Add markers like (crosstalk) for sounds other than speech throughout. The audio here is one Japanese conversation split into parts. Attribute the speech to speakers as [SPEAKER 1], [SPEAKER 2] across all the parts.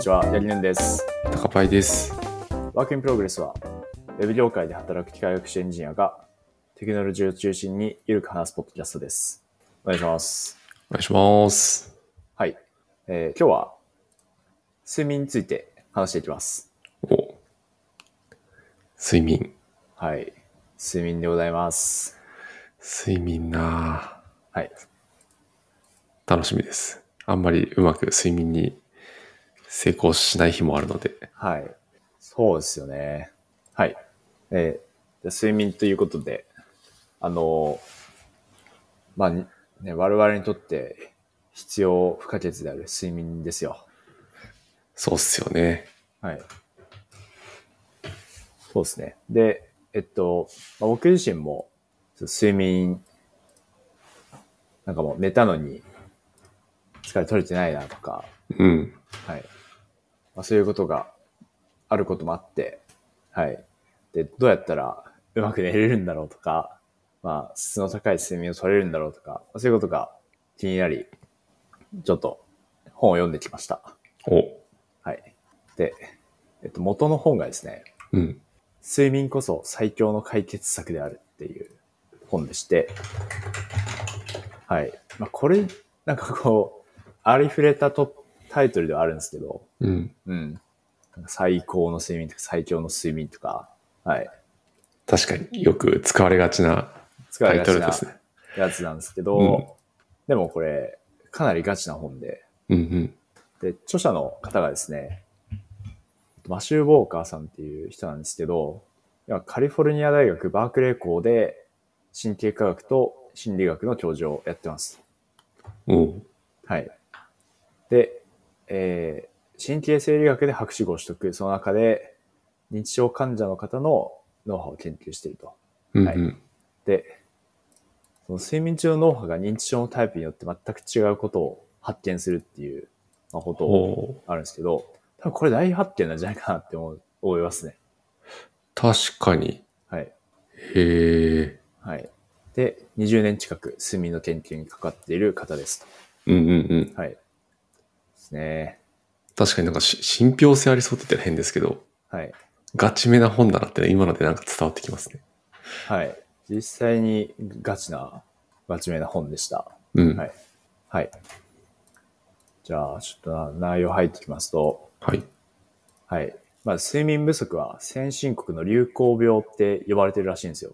[SPEAKER 1] ちは、やりぬんです。
[SPEAKER 2] 高パイです。
[SPEAKER 1] ワークインプログレスは、ウェブ業界で働く機械学習エンジニアが、テクノロジーを中心にゆるく話すポッドキャストです。お願いします。
[SPEAKER 2] お願いします。
[SPEAKER 1] はい。えー今日は、睡眠について話していきます。
[SPEAKER 2] お睡眠。
[SPEAKER 1] はい。睡眠でございます。
[SPEAKER 2] 睡眠なあ
[SPEAKER 1] はい。
[SPEAKER 2] 楽しみです。あんまりうまく睡眠に成功しない日もあるので。
[SPEAKER 1] はい。そうですよね。はい。えーで睡眠ということで、あの、まあ、にね、我々にとって必要不可欠である睡眠ですよ。
[SPEAKER 2] そうっすよね。
[SPEAKER 1] はい。そうですね。で、えっと、まあ、僕自身もちょっと睡眠、なんかもう寝たのに疲れ取れてないなとか、
[SPEAKER 2] うん。
[SPEAKER 1] はい。まあ、そういうことがあることもあって、はい。で、どうやったらうまく寝れるんだろうとか、まあ、質の高い睡眠を取れるんだろうとか、まあそういうことが気になり、ちょっと本を読んできました。
[SPEAKER 2] お
[SPEAKER 1] はい。で、えっと、元の本がですね、
[SPEAKER 2] うん。
[SPEAKER 1] 睡眠こそ最強の解決策であるっていう本でして、はい。まあ、これ、なんかこう、ありふれたとタイトルではあるんですけど、
[SPEAKER 2] うん。
[SPEAKER 1] うん。なんか最高の睡眠とか最強の睡眠とか、はい。
[SPEAKER 2] 確かによく使われがちな
[SPEAKER 1] 使
[SPEAKER 2] タ
[SPEAKER 1] い
[SPEAKER 2] イ
[SPEAKER 1] が
[SPEAKER 2] ト
[SPEAKER 1] ち
[SPEAKER 2] ルで
[SPEAKER 1] な
[SPEAKER 2] すね。
[SPEAKER 1] やつなんですけど、
[SPEAKER 2] うん
[SPEAKER 1] でもこれ、かなりガチな本で、
[SPEAKER 2] うんうん。
[SPEAKER 1] で、著者の方がですね、マシュー・ウォーカーさんっていう人なんですけど、今カリフォルニア大学バークレー校で神経科学と心理学の教授をやってます。
[SPEAKER 2] おう
[SPEAKER 1] はい。で、えー神経生理学で博士号を取得、その中で認知症患者の方の脳波を研究していると。
[SPEAKER 2] うんうん。
[SPEAKER 1] はいで、その睡眠中の脳波が認知症のタイプによって全く違うことを発見するっていう、まあことを
[SPEAKER 2] おう
[SPEAKER 1] あるんですけど、多分これ大発見なんじゃないかなって思う思いますね。
[SPEAKER 2] 確かに。
[SPEAKER 1] はい。
[SPEAKER 2] へえ。
[SPEAKER 1] はい。で、20年近く睡眠の研究にかかっている方です
[SPEAKER 2] うんうんうん。
[SPEAKER 1] と。はい。ですね。
[SPEAKER 2] 確かになんかし信憑性ありそうって言ったら変ですけど、
[SPEAKER 1] はい。
[SPEAKER 2] ガチめな本だなって、ね、今のでなんか伝わってきますね。
[SPEAKER 1] はい。実際にガチな、ガチめな本でした。
[SPEAKER 2] うん。
[SPEAKER 1] はいはい。じゃあ、ちょっとな内容入ってきますと、
[SPEAKER 2] はい。
[SPEAKER 1] はい。まあ、睡眠不足は先進国の流行病って呼ばれてるらしいんですよ。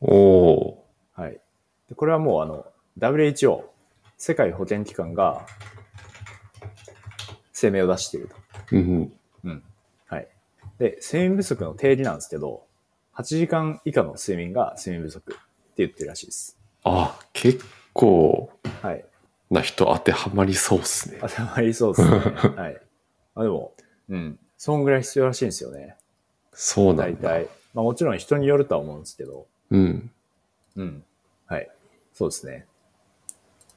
[SPEAKER 2] おお
[SPEAKER 1] はい。でこれはもうあの、WHO、世界保健機関が声明を出していると。
[SPEAKER 2] ー。うんうん。
[SPEAKER 1] うん。はい。で、睡眠不足の定義なんですけど、8時間以下の睡眠が睡眠不足って言ってるらしいです。
[SPEAKER 2] あ、結構
[SPEAKER 1] はい。
[SPEAKER 2] な人当てはまりそうっすね。
[SPEAKER 1] 頭いいそうですね。はい。あ、でも、うん。そんぐらい必要らしいんですよね。
[SPEAKER 2] そうな
[SPEAKER 1] 大
[SPEAKER 2] んだ。
[SPEAKER 1] 体。まあもちろん人によるとは思うんですけど、
[SPEAKER 2] うん。
[SPEAKER 1] うん。はい。そうですね。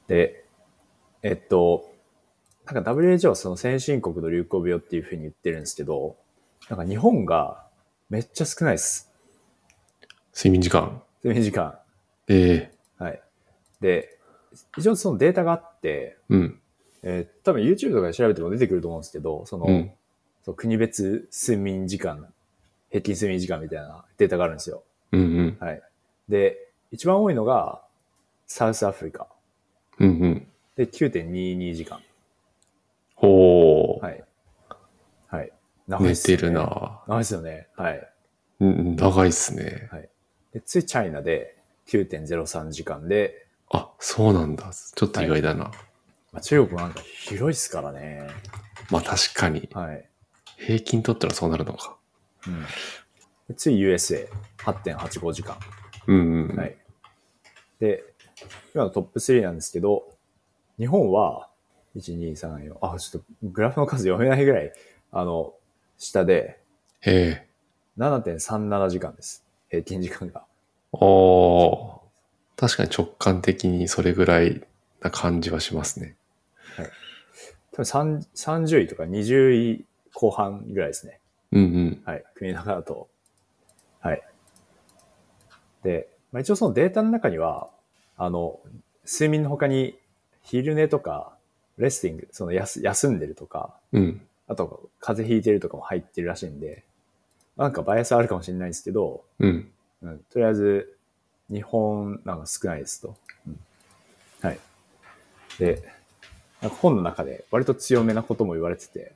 [SPEAKER 1] で、えっと、なんか WHO はその先進国の流行病っていうふうに言ってるんですけど、なんか日本がめっちゃ少ないです。
[SPEAKER 2] 睡眠時間。
[SPEAKER 1] 睡眠時間。
[SPEAKER 2] ええ
[SPEAKER 1] はい。で、一応そのデータがあって、
[SPEAKER 2] うん。
[SPEAKER 1] えー多分 YouTube とかで調べても出てくると思うんですけど、その、
[SPEAKER 2] うん。
[SPEAKER 1] その国別睡眠時間、平均睡眠時間みたいなデータがあるんですよ。
[SPEAKER 2] うんうん。
[SPEAKER 1] はい。で、一番多いのがサウスアフリカ。
[SPEAKER 2] うんうん。
[SPEAKER 1] で、9.22時間。
[SPEAKER 2] ほ
[SPEAKER 1] はい。はい。
[SPEAKER 2] う。
[SPEAKER 1] 長いっ
[SPEAKER 2] 寝
[SPEAKER 1] すよ
[SPEAKER 2] て
[SPEAKER 1] ね
[SPEAKER 2] る。な
[SPEAKER 1] 長いですよね。はい。
[SPEAKER 2] うん長いっすね。
[SPEAKER 1] で、ついチャイナで9.03時間で、
[SPEAKER 2] あ、そうなんだ。ちょっと意外だな。
[SPEAKER 1] まあ、中国なんか広いですからね。
[SPEAKER 2] まあ確かに。
[SPEAKER 1] はい。
[SPEAKER 2] 平均取ったらそうなるのか。
[SPEAKER 1] うん。でつい USA8.85 時間。
[SPEAKER 2] うんうん。
[SPEAKER 1] はい。で、今のトップ3なんですけど、日本は、1、2、3、4、あ、ちょっとグラフの数読めないぐらい、あの、下で
[SPEAKER 2] ええ
[SPEAKER 1] 7.37時間です。平均時間が。
[SPEAKER 2] おー確かに直感的にそれぐらいな感じはしますね。
[SPEAKER 1] 多分3 30位とか20位後半ぐらいですね。
[SPEAKER 2] うんうん。
[SPEAKER 1] はい。国の中だと。はい。で、まあ、一応そのデータの中には、あの、睡眠の他に昼寝とか、レスティング、その休休んでるとか、
[SPEAKER 2] うん。
[SPEAKER 1] あと、風邪ひいてるとかも入ってるらしいんで、なんかバイアスあるかもしれないですけど、
[SPEAKER 2] うん。
[SPEAKER 1] うん、とりあえず、日本なんか少ないですと。うんはい。で、なんか本の中で割と強めなことも言われてて、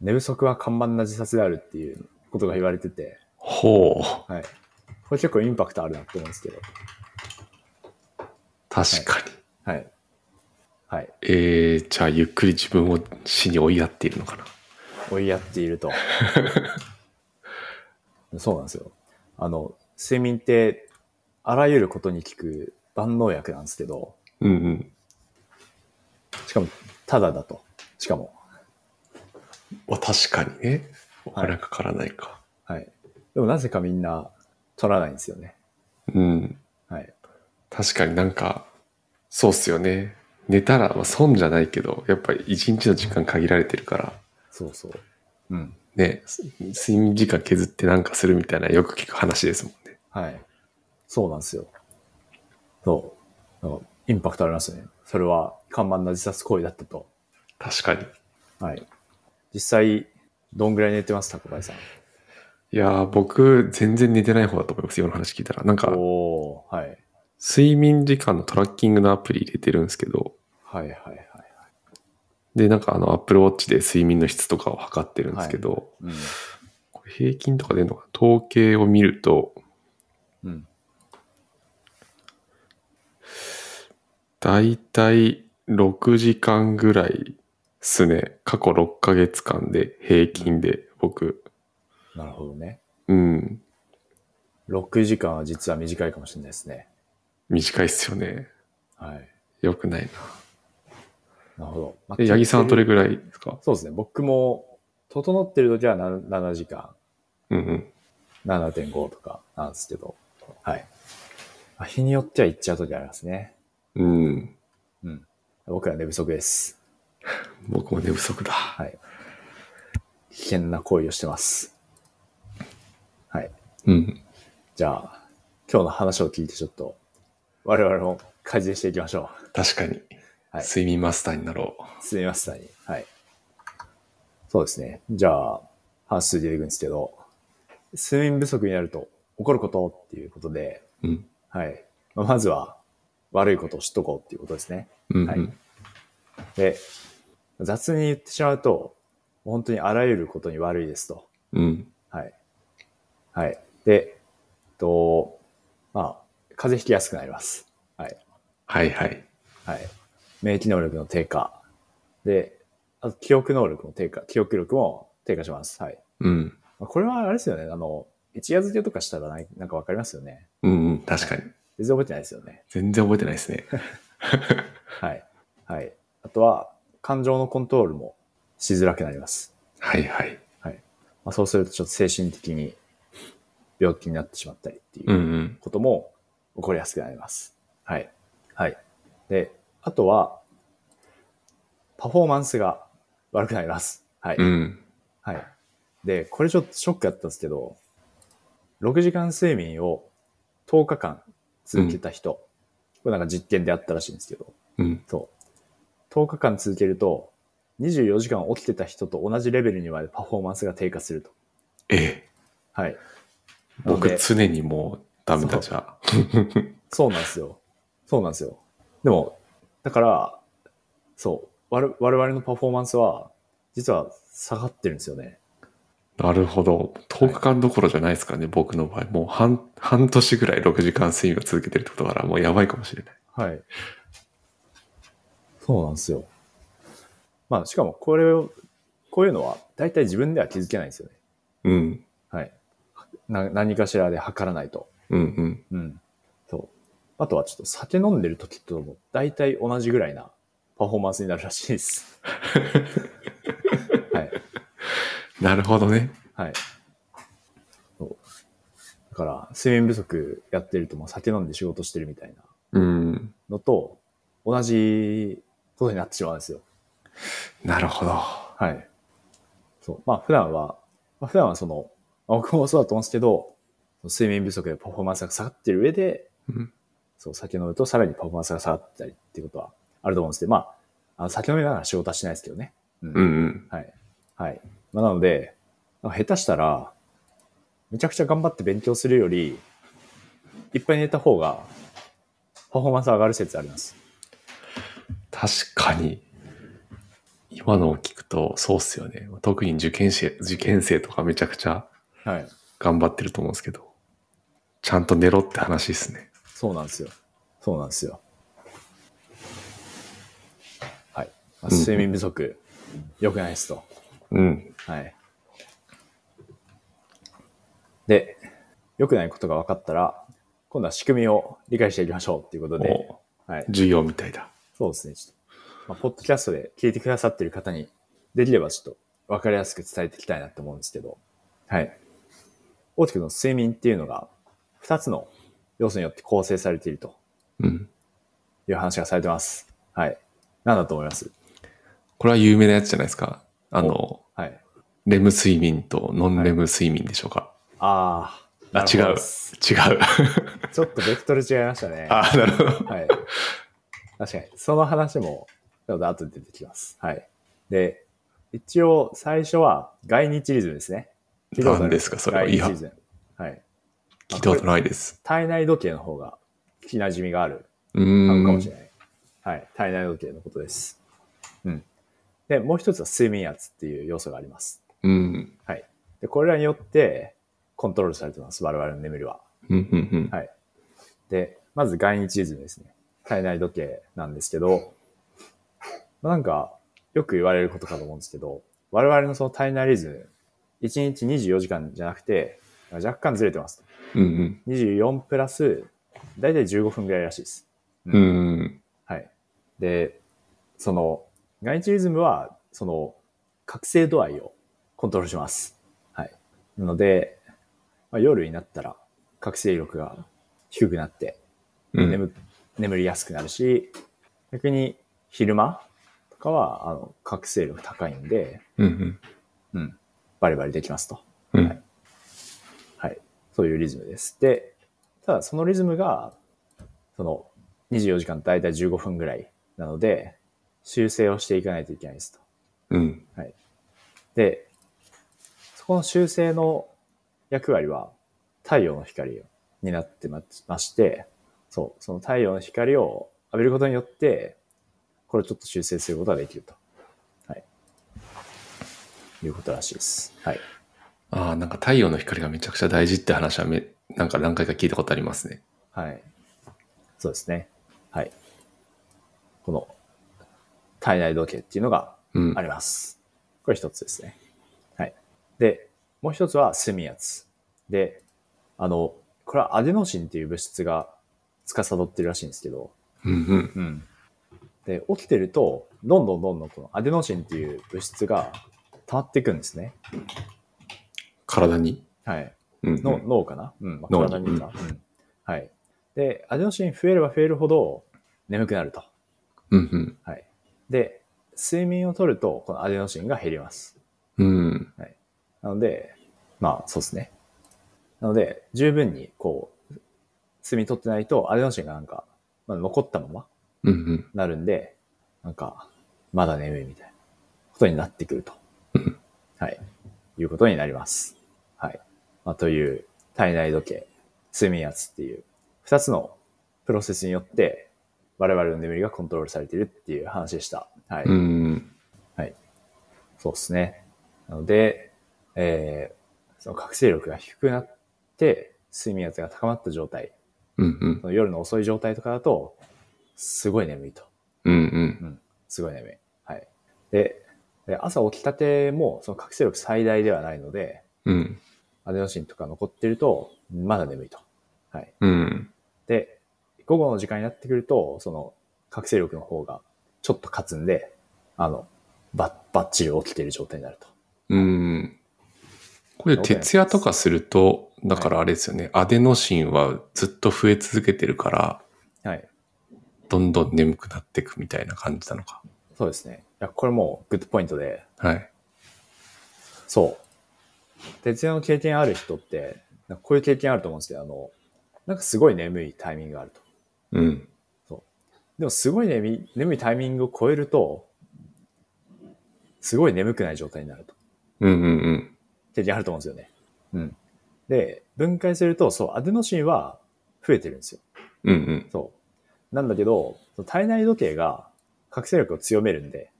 [SPEAKER 1] 寝不足は看板な自殺であるっていうことが言われてて、
[SPEAKER 2] ほう。
[SPEAKER 1] はい。これ結構インパクトあるなって思うんですけど、
[SPEAKER 2] 確かに。
[SPEAKER 1] はい。はい。
[SPEAKER 2] えー、じゃあゆっくり自分を死に追いやっているのかな。
[SPEAKER 1] 追いやっていると。そうなんですよ。あの、睡眠って、あらゆることに効く万能薬なんですけど、
[SPEAKER 2] うんうん。
[SPEAKER 1] しかも、ただだと。しかも、
[SPEAKER 2] まあ確かにね。お
[SPEAKER 1] はい
[SPEAKER 2] 金かからないか。
[SPEAKER 1] はい。でもなぜかみんな取らないんですよね。
[SPEAKER 2] うん。
[SPEAKER 1] はい。
[SPEAKER 2] 確かになんか、そうっすよね。寝たら、まあ、損じゃないけど、やっぱり一日の時間限られてるから、
[SPEAKER 1] そうそう。うん。
[SPEAKER 2] ね、す睡眠時間削ってなんかするみたいなよく聞く話ですもんね。
[SPEAKER 1] はい。そうなんですよ。そう。なんかインパクトありますね。それは、看板な自殺行為だったと。
[SPEAKER 2] 確かに。
[SPEAKER 1] はい。実際、どんぐらい寝てます、高林さん。
[SPEAKER 2] いやー、僕、全然寝てない方だと思います。今の話聞いたら。なんか、
[SPEAKER 1] おー、はい。
[SPEAKER 2] 睡眠時間のトラッキングのアプリ入れてるんですけど、
[SPEAKER 1] はいはいはい。
[SPEAKER 2] で、なんかあの、Apple Watch で睡眠の質とかを測ってるんですけど、
[SPEAKER 1] うん。
[SPEAKER 2] これ平均とか出るのかな統計を見ると、
[SPEAKER 1] うん。
[SPEAKER 2] だいたい6時間ぐらいですね。過去6ヶ月間で平均で僕、
[SPEAKER 1] なるほどね。
[SPEAKER 2] うん、
[SPEAKER 1] 6時間は実は短いかもしれないですね。
[SPEAKER 2] 短いっすよね。
[SPEAKER 1] はい。
[SPEAKER 2] よくないな。
[SPEAKER 1] なるほど。まあ
[SPEAKER 2] え、八木さんはどれぐらいですか
[SPEAKER 1] そうですね。僕も、整ってる時はな7時間、
[SPEAKER 2] うんうん。
[SPEAKER 1] 7.5とかなんですけど、はい。まあ日によっては行っちゃう時ありますね。
[SPEAKER 2] うん。
[SPEAKER 1] うん。僕ら寝不足です。
[SPEAKER 2] 僕も寝不足だ。
[SPEAKER 1] はい。危険な行為をしてます。はい。
[SPEAKER 2] うん。
[SPEAKER 1] じゃあ、今日の話を聞いてちょっと、我々も改善していきましょ
[SPEAKER 2] 確かに。
[SPEAKER 1] はい
[SPEAKER 2] 睡眠マスターになろ
[SPEAKER 1] う。すみません。はい。そうですね。じゃあ、話数で出ていくんですけど、睡眠不足になると起こることっていうことで、
[SPEAKER 2] う。うん。
[SPEAKER 1] はい。まあまずは、悪いことを知っとこうっていうことですね。
[SPEAKER 2] うん、うん。
[SPEAKER 1] はいで、雑に言ってしまうと、本当にあらゆることに悪いですと。
[SPEAKER 2] うん。
[SPEAKER 1] はい。はい。で、えっと、まあ、風邪ひきやすくなります。はい。
[SPEAKER 2] はいはい。
[SPEAKER 1] はい。免疫能力の低下。で、あと記憶能力の低下、記憶力も低下します。はい。
[SPEAKER 2] うん。
[SPEAKER 1] まあこれはあれですよね。あの、一夜漬けとかしたらないなんかわかりますよね。
[SPEAKER 2] うんうん。確かに。
[SPEAKER 1] 全然覚えてないですよね。
[SPEAKER 2] 全然覚えてないで
[SPEAKER 1] (laughs)
[SPEAKER 2] すね。
[SPEAKER 1] はい。はい。あとは、感情のコントロールもしづらくなります。
[SPEAKER 2] はいはい。
[SPEAKER 1] まあ、そうすると、ちょっと精神的に病気になってしまったりっていううん
[SPEAKER 2] うん。
[SPEAKER 1] ことも起こりやすくなります。はい。はい。で、あとは、パフォーマンスが悪くなります。はい。
[SPEAKER 2] うん。
[SPEAKER 1] はい。で、これちょっとショックだったんですけど、6時間睡眠を10日間続けた人、これなんか実験であったらしいんですけど、
[SPEAKER 2] うん。
[SPEAKER 1] そう。10日間続けると、24時間起きてた人と同じレベルにまでパフォーマンスが低下すると。
[SPEAKER 2] ええ。
[SPEAKER 1] はい。なの
[SPEAKER 2] 僕
[SPEAKER 1] で
[SPEAKER 2] 常にもうダメだじゃあ。
[SPEAKER 1] そうなんですよ。そうなんですよ。でも、だから、そう。我我々のパフォーマンスは、実は下がってるんですよね。
[SPEAKER 2] なるほど。10日間どころじゃないですからね、僕の場合。もう半、半年ぐらい6時間睡眠を続けてるってことだから、もうやばいかもしれない。
[SPEAKER 1] はい。そうなんですよ。まあ、しかも、これを、こういうのは、大体自分では気づけないんですよね。
[SPEAKER 2] うん。
[SPEAKER 1] はい。な何かしらで測らないと。
[SPEAKER 2] うんうん。
[SPEAKER 1] うん。そう。あとはちょっと酒飲んでる時とも大体同じぐらいなパフォーマンスになるらしいです。はい。
[SPEAKER 2] なるほどね。
[SPEAKER 1] はい。そう。だから、睡眠不足やってるともう酒飲んで仕事してるみたいな
[SPEAKER 2] うん。
[SPEAKER 1] のと同じことになってしまうんですよ。
[SPEAKER 2] なるほど。
[SPEAKER 1] はい。そう。まあ普段は、まあ、普段はその、まあ僕もそうだと思うんですけど、睡眠不足でパフォーマンスが下がってる上で、
[SPEAKER 2] うん
[SPEAKER 1] そう、酒飲むとさらにパフォーマンスが下がったりっていうことはあると思うんですけど、まあ、あの酒飲みながら仕事はしないですけどね。うん
[SPEAKER 2] うんうん。
[SPEAKER 1] はい。はい。まあ、なので、なんか下手したら、めちゃくちゃ頑張って勉強するより、いっぱい寝た方が、パフォーマンス上がる説あります。
[SPEAKER 2] 確かに。今のを聞くと、そうっすよね。特に受験生、受験生とかめちゃくちゃ
[SPEAKER 1] はい。
[SPEAKER 2] 頑張ってると思うんですけど、ちゃんと寝ろって話ですね。
[SPEAKER 1] そうなんですよ。そうなんですよ。はい。まあ睡眠不足、良くないですと。
[SPEAKER 2] うん。
[SPEAKER 1] はい。で、良くないことが分かったら、今度は仕組みを理解していきましょうっていうことで、
[SPEAKER 2] お
[SPEAKER 1] はい。
[SPEAKER 2] 授業みたいだ。
[SPEAKER 1] そうですね、ちょっと。まあ、ポッドキャストで聞いてくださってる方に、できればちょっと分かりやすく伝えていきたいなと思うんですけど、はい。大きくの睡眠っていうのが、2つの要素によって構成されていると
[SPEAKER 2] うん。
[SPEAKER 1] いう話がされてます。はい。何だと思います
[SPEAKER 2] これは有名なやつじゃないですか。あの、
[SPEAKER 1] はい。
[SPEAKER 2] レム睡眠とノンレム睡眠でしょうか。
[SPEAKER 1] あー
[SPEAKER 2] あ、
[SPEAKER 1] なるほ
[SPEAKER 2] 違
[SPEAKER 1] ど
[SPEAKER 2] う。違う
[SPEAKER 1] です。ちょっとベクトル違いました
[SPEAKER 2] (laughs)
[SPEAKER 1] ね。
[SPEAKER 2] あ、なるほど。
[SPEAKER 1] はい。確かに。その話も、ちょっと後で出てきます。はい。で、一応、最初は、外日リズムですね。聞いたことあ
[SPEAKER 2] 何
[SPEAKER 1] りま
[SPEAKER 2] ですかそれは。
[SPEAKER 1] 外
[SPEAKER 2] い
[SPEAKER 1] 日
[SPEAKER 2] や、
[SPEAKER 1] リ
[SPEAKER 2] 聞い
[SPEAKER 1] ズム。はい。
[SPEAKER 2] たことないです。
[SPEAKER 1] 体内時計の方が、聞き馴染みがあるあ
[SPEAKER 2] う
[SPEAKER 1] るか
[SPEAKER 2] ー
[SPEAKER 1] もし
[SPEAKER 2] ん。
[SPEAKER 1] れない。はい。体内時計のことです。うん。で、もう一つは睡眠圧っていう要素があります。
[SPEAKER 2] うん。
[SPEAKER 1] はい。で、これらによって、コントロールされてます。我々の眠りは。
[SPEAKER 2] うん、うん、うん。
[SPEAKER 1] はい。で、まず外日リズムですね。体内時計なんですけど、まあなんか、よく言われることかと思うんですけど、我々のその体内リズム、1日24時間じゃなくて、若干ずれてます。
[SPEAKER 2] うん、
[SPEAKER 1] 24プラス、だいたい15分ぐらいらしいです。
[SPEAKER 2] うん。うん。
[SPEAKER 1] はい。で、その、外日リズムは、その、覚醒度合いをコントロールします。はい。なので、まあ、夜になったら、覚醒力が低くなって、
[SPEAKER 2] うん
[SPEAKER 1] 眠眠りやすくなるし、逆に昼間とかは、あの、覚醒力高いんで、
[SPEAKER 2] うん、
[SPEAKER 1] うん、バリバリできますと。
[SPEAKER 2] うん。
[SPEAKER 1] はいはい。そういうリズムです。で、ただそのリズムが、その、24時間だいたい15分ぐらいなので、修正をしていかないといけないですと。
[SPEAKER 2] うん。
[SPEAKER 1] で、そこの修正の役割は太陽の光になってままして、そう、その太陽の光を浴びることによって、これをちょっと修正することができると。はい。いうことらしいです。はい。
[SPEAKER 2] ああ、なんか太陽の光がめちゃくちゃ大事って話はめ、なんか何回か聞いたことありますね。
[SPEAKER 1] はい。そうですね。はい。この体内時計っていうのが
[SPEAKER 2] うん
[SPEAKER 1] あ。ります。これ一つですね。はい。で、もう一つは睡眠圧。で、あの、これはアデノシンっていう物質が司ってるらしいんですけど、
[SPEAKER 2] うん、うん。
[SPEAKER 1] うん。で、起きてると、どんどんどんどんこのアデノシンっていう物質が溜まっていくんですね。
[SPEAKER 2] 体に。
[SPEAKER 1] はい。
[SPEAKER 2] うん、う
[SPEAKER 1] の
[SPEAKER 2] ん。
[SPEAKER 1] 脳かなうん。まあ
[SPEAKER 2] 脳
[SPEAKER 1] 体にか。うん。はい。で、アデノシン増えれば増えるほど眠くなると。
[SPEAKER 2] うん、
[SPEAKER 1] はい。で、睡眠をとると、このアデノシンが減ります。
[SPEAKER 2] うん。うん。
[SPEAKER 1] なので、まあ、そうですね。なので、十分に、こう、睡眠取ってないと、アデノシンがなんか、まあ、残ったまま
[SPEAKER 2] うん、うん。
[SPEAKER 1] なるんで、なんか、まだ眠いみたいなことになってくると
[SPEAKER 2] うん。
[SPEAKER 1] はい。いうことになります。はい。まあ、という、体内時計、睡眠圧っていう、二つのプロセスによって、我々の眠りがコントロールされているっていう話でした。はい。
[SPEAKER 2] うん。
[SPEAKER 1] そうですね。なので、えーその覚醒力が低くなって、睡眠圧が高まった状態、
[SPEAKER 2] うん、うん
[SPEAKER 1] そ。の夜の遅い状態とかだと、すごい眠いと。
[SPEAKER 2] うん、うん。
[SPEAKER 1] すごい眠い。はい。で、で朝起きたても、その覚醒力最大ではないので、
[SPEAKER 2] うん。
[SPEAKER 1] アデノシンとか残ってると、まだ眠いと。はい。
[SPEAKER 2] うん。
[SPEAKER 1] で、午後の時間になってくると、その覚醒力の方がちょっと勝つんで、あの、ば、ばっちり起きてる状態になると。
[SPEAKER 2] うん。これ、徹夜とかすると、だからあれですよね、アデノシンはずっと増え続けてるから、
[SPEAKER 1] はい。
[SPEAKER 2] どんどん眠くなっていくみたいな感じなのか。
[SPEAKER 1] そうですね。いや、これもうグッドポイントで、
[SPEAKER 2] はい。
[SPEAKER 1] そう。徹夜の経験ある人って、なんかこういう経験あると思うんですけど、あの、なんかすごい眠いタイミングがあると。
[SPEAKER 2] うん。
[SPEAKER 1] でもすごい眠い、眠いタイミングを超えると、すごい眠くない状態になると。
[SPEAKER 2] うんうんうん。
[SPEAKER 1] 経験あると思うんですよね。うん。で、分解すると、そう、アデノシンは増えてるんですよ。
[SPEAKER 2] うんうん。
[SPEAKER 1] そう。なんだけど、その体内時計が覚醒力を強めるんで、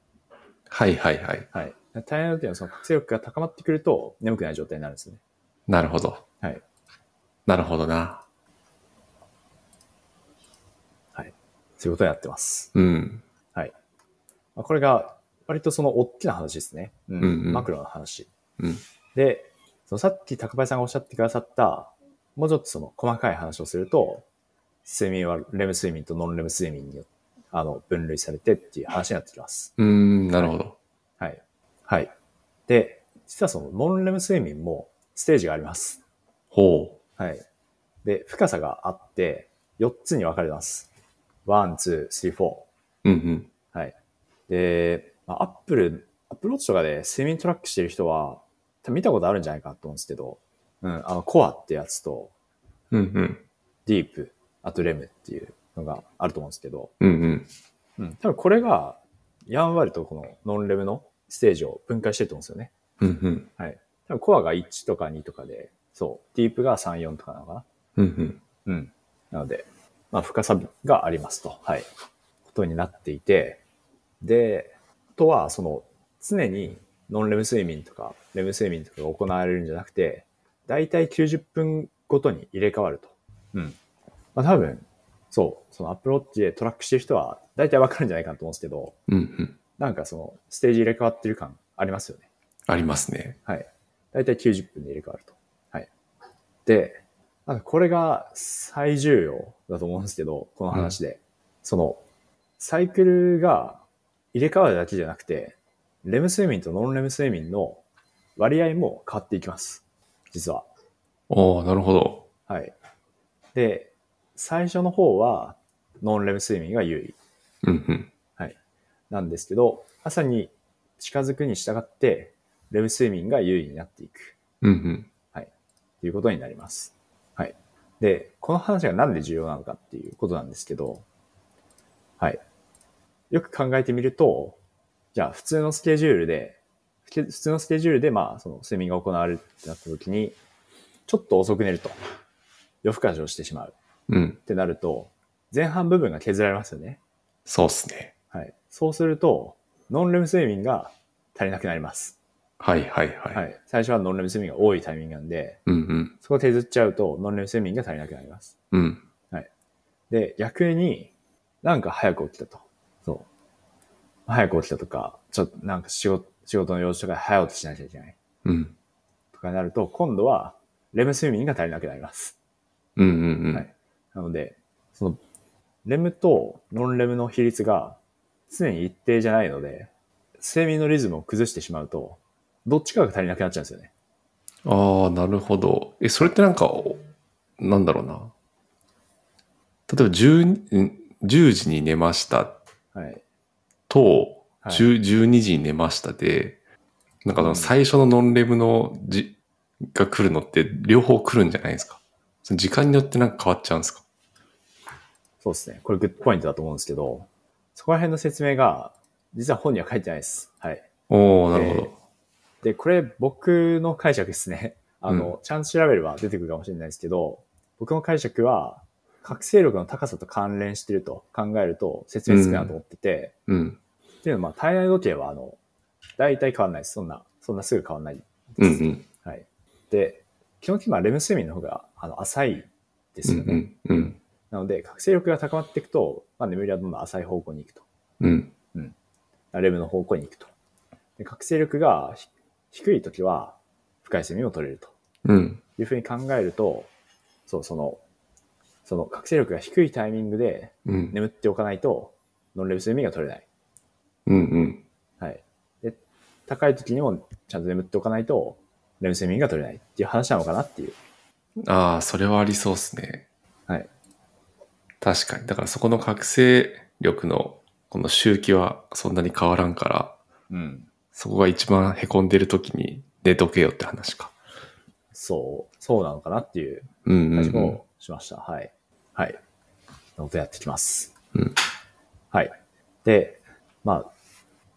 [SPEAKER 2] はいはいはい。
[SPEAKER 1] はい。体内時計のその覚醒力が高まってくると、眠くない状態になるんですね。
[SPEAKER 2] なるほど。
[SPEAKER 1] はい。
[SPEAKER 2] なるほどな。
[SPEAKER 1] そういうことになってます。
[SPEAKER 2] うん。
[SPEAKER 1] まあ、これが、割とその大きな話ですね。うん
[SPEAKER 2] うんうん
[SPEAKER 1] マクロの話。
[SPEAKER 2] うん。
[SPEAKER 1] で、そのさっき高林さんがおっしゃってくださった、もうちょっとその細かい話をすると、睡眠はレム睡眠とノンレム睡眠によあの分類されてっていう話になってきます。
[SPEAKER 2] うーん、なるほど。
[SPEAKER 1] はい。はい。で、実はそのノンレム睡眠もステージがあります。
[SPEAKER 2] ほ
[SPEAKER 1] はい。で、深さがあって、4つに分かれます。1、2、3、4。
[SPEAKER 2] う。うんうん。
[SPEAKER 1] はい。で、まあ、アップル、アップローチとかで睡眠トラックしてる人は、多分見たことあるんじゃないかなと思うんですけど、うん、あの、コアってやつと、
[SPEAKER 2] うんうん。
[SPEAKER 1] ディープ、あとレムっていうのがあると思うんですけど、
[SPEAKER 2] うんうん。
[SPEAKER 1] うん、多分これが、やんわりとこのノンレムのステージを分解してると思うんですよね。
[SPEAKER 2] うんうん。
[SPEAKER 1] はい。多分コアが1とか2とかで、そう、ディープが3、4とかなのかな。
[SPEAKER 2] うんうん。
[SPEAKER 1] うん。なので、まあ、深さがありますと。はい。ことになっていて、で、あとは、その、常にノンレム睡眠とか、レム睡眠とかが行われるんじゃなくて、だいたい90分ごとに入れ替わると。うん。まあ、多分、そう、そのアプローチでトラックしてる人は、だいたいわかるんじゃないかなと思うんですけど、
[SPEAKER 2] うんうん。
[SPEAKER 1] なんかその、ステージ入れ替わってる感ありますよね。
[SPEAKER 2] ありますね。
[SPEAKER 1] はい。だいたい90分で入れ替わると。はい。で、なんかこれが最重要だと思うんですけど、この話で。その、サイクルが入れ替わるだけじゃなくて、レム睡眠とノンレム睡眠の割合も変わっていきます。実は。
[SPEAKER 2] おー、なるほど。
[SPEAKER 1] はい。で、最初の方は、ノンレム睡眠が優位
[SPEAKER 2] うんうん。
[SPEAKER 1] なんですけど、朝に近づくに従って、レム睡眠が優位になっていく。
[SPEAKER 2] うんうん。
[SPEAKER 1] ということになります。はい。で、この話がなんで重要なのかっていうことなんですけど、はい。よく考えてみると、じゃあ普通のスケジュールで、ふけ普通のスケジュールで、まあ、その睡眠が行われるってなった時に、ちょっと遅く寝ると、夜更かしをしてしまう
[SPEAKER 2] うん。
[SPEAKER 1] ってなると、前半部分が削られますよね。
[SPEAKER 2] そうっすね。
[SPEAKER 1] はい。そうすると、ノンレム睡眠が足りなくなります。
[SPEAKER 2] はいはいはい。
[SPEAKER 1] はい。最初はノンレム睡眠が多いタイミングなんで、
[SPEAKER 2] うんうん。
[SPEAKER 1] そこを削っちゃうと、ノンレム睡眠が足りなくなります。
[SPEAKER 2] うん。
[SPEAKER 1] で、逆になんか早く起きたと。そう。早く起きたとか、ちょっとなんか仕事、仕事の用事とかで早起きしなきゃいけない
[SPEAKER 2] うん。
[SPEAKER 1] とかになると、今度はレム睡眠が足りなくなります。
[SPEAKER 2] うんうんうん。
[SPEAKER 1] はいなので、その、レムとノンレムの比率が常に一定じゃないので、睡眠のリズムを崩してしまうと、どっちかが足りなくなっちゃうんですよね。
[SPEAKER 2] ああ、なるほど。え、それってなんか、おなんだろうな。例えば10、ん10時に寝ました
[SPEAKER 1] はい。
[SPEAKER 2] と、
[SPEAKER 1] はい
[SPEAKER 2] 10 12時に寝ましたで、なんかその最初のノンレムのじ、が来るのって両方来るんじゃないですか。その時間によってなんか変わっちゃうんですか。
[SPEAKER 1] そうですね。これグッドポイントだと思うんですけど、そこら辺の説明が、実は本には書いてないです。はい。
[SPEAKER 2] おおなるほど。
[SPEAKER 1] で、これ僕の解釈ですね。 (laughs) あの、ちゃんと調べれば出てくるかもしれないですけど、僕の解釈は、覚醒力の高さと関連してると考えると説明つくなと思ってて、
[SPEAKER 2] うん。
[SPEAKER 1] っていうのは、まあ、体内時計は、あの、大体変わんないです。そんな、そんなすぐ変わんないで
[SPEAKER 2] うん
[SPEAKER 1] す。
[SPEAKER 2] うん。
[SPEAKER 1] はい。で、基本的にはレム睡眠の方が、あの、浅いです
[SPEAKER 2] う
[SPEAKER 1] よね。
[SPEAKER 2] んうん。うん。
[SPEAKER 1] なので、覚醒力が高まっていくと、まあ、眠りはどんどん浅い方向に行くと。
[SPEAKER 2] うん。
[SPEAKER 1] レムの方向に行くと。で覚醒力がひ低い時は、深い睡眠を取れると。
[SPEAKER 2] うん。
[SPEAKER 1] いうふうに考えると、そう、その、その覚醒力が低いタイミングで
[SPEAKER 2] うん。
[SPEAKER 1] 眠っておかないと、ノンレム睡眠が取れない。
[SPEAKER 2] うんうん。
[SPEAKER 1] はい。で、高い時にもちゃんと眠っておかないと、レム睡眠が取れないっていう話なのかなっていう。
[SPEAKER 2] ああ、それはありそうですね。
[SPEAKER 1] はい。
[SPEAKER 2] 確かに。だからそこの覚醒力のこの周期はそんなに変わらんから、
[SPEAKER 1] うん。
[SPEAKER 2] そこが一番凹んでる時に寝とけよって話か。
[SPEAKER 1] そう、そうなのかなっていう
[SPEAKER 2] うんうん、
[SPEAKER 1] 話
[SPEAKER 2] うん。
[SPEAKER 1] もしました。はい。はい。なのでやってきます。
[SPEAKER 2] うん
[SPEAKER 1] はい。で、まあ、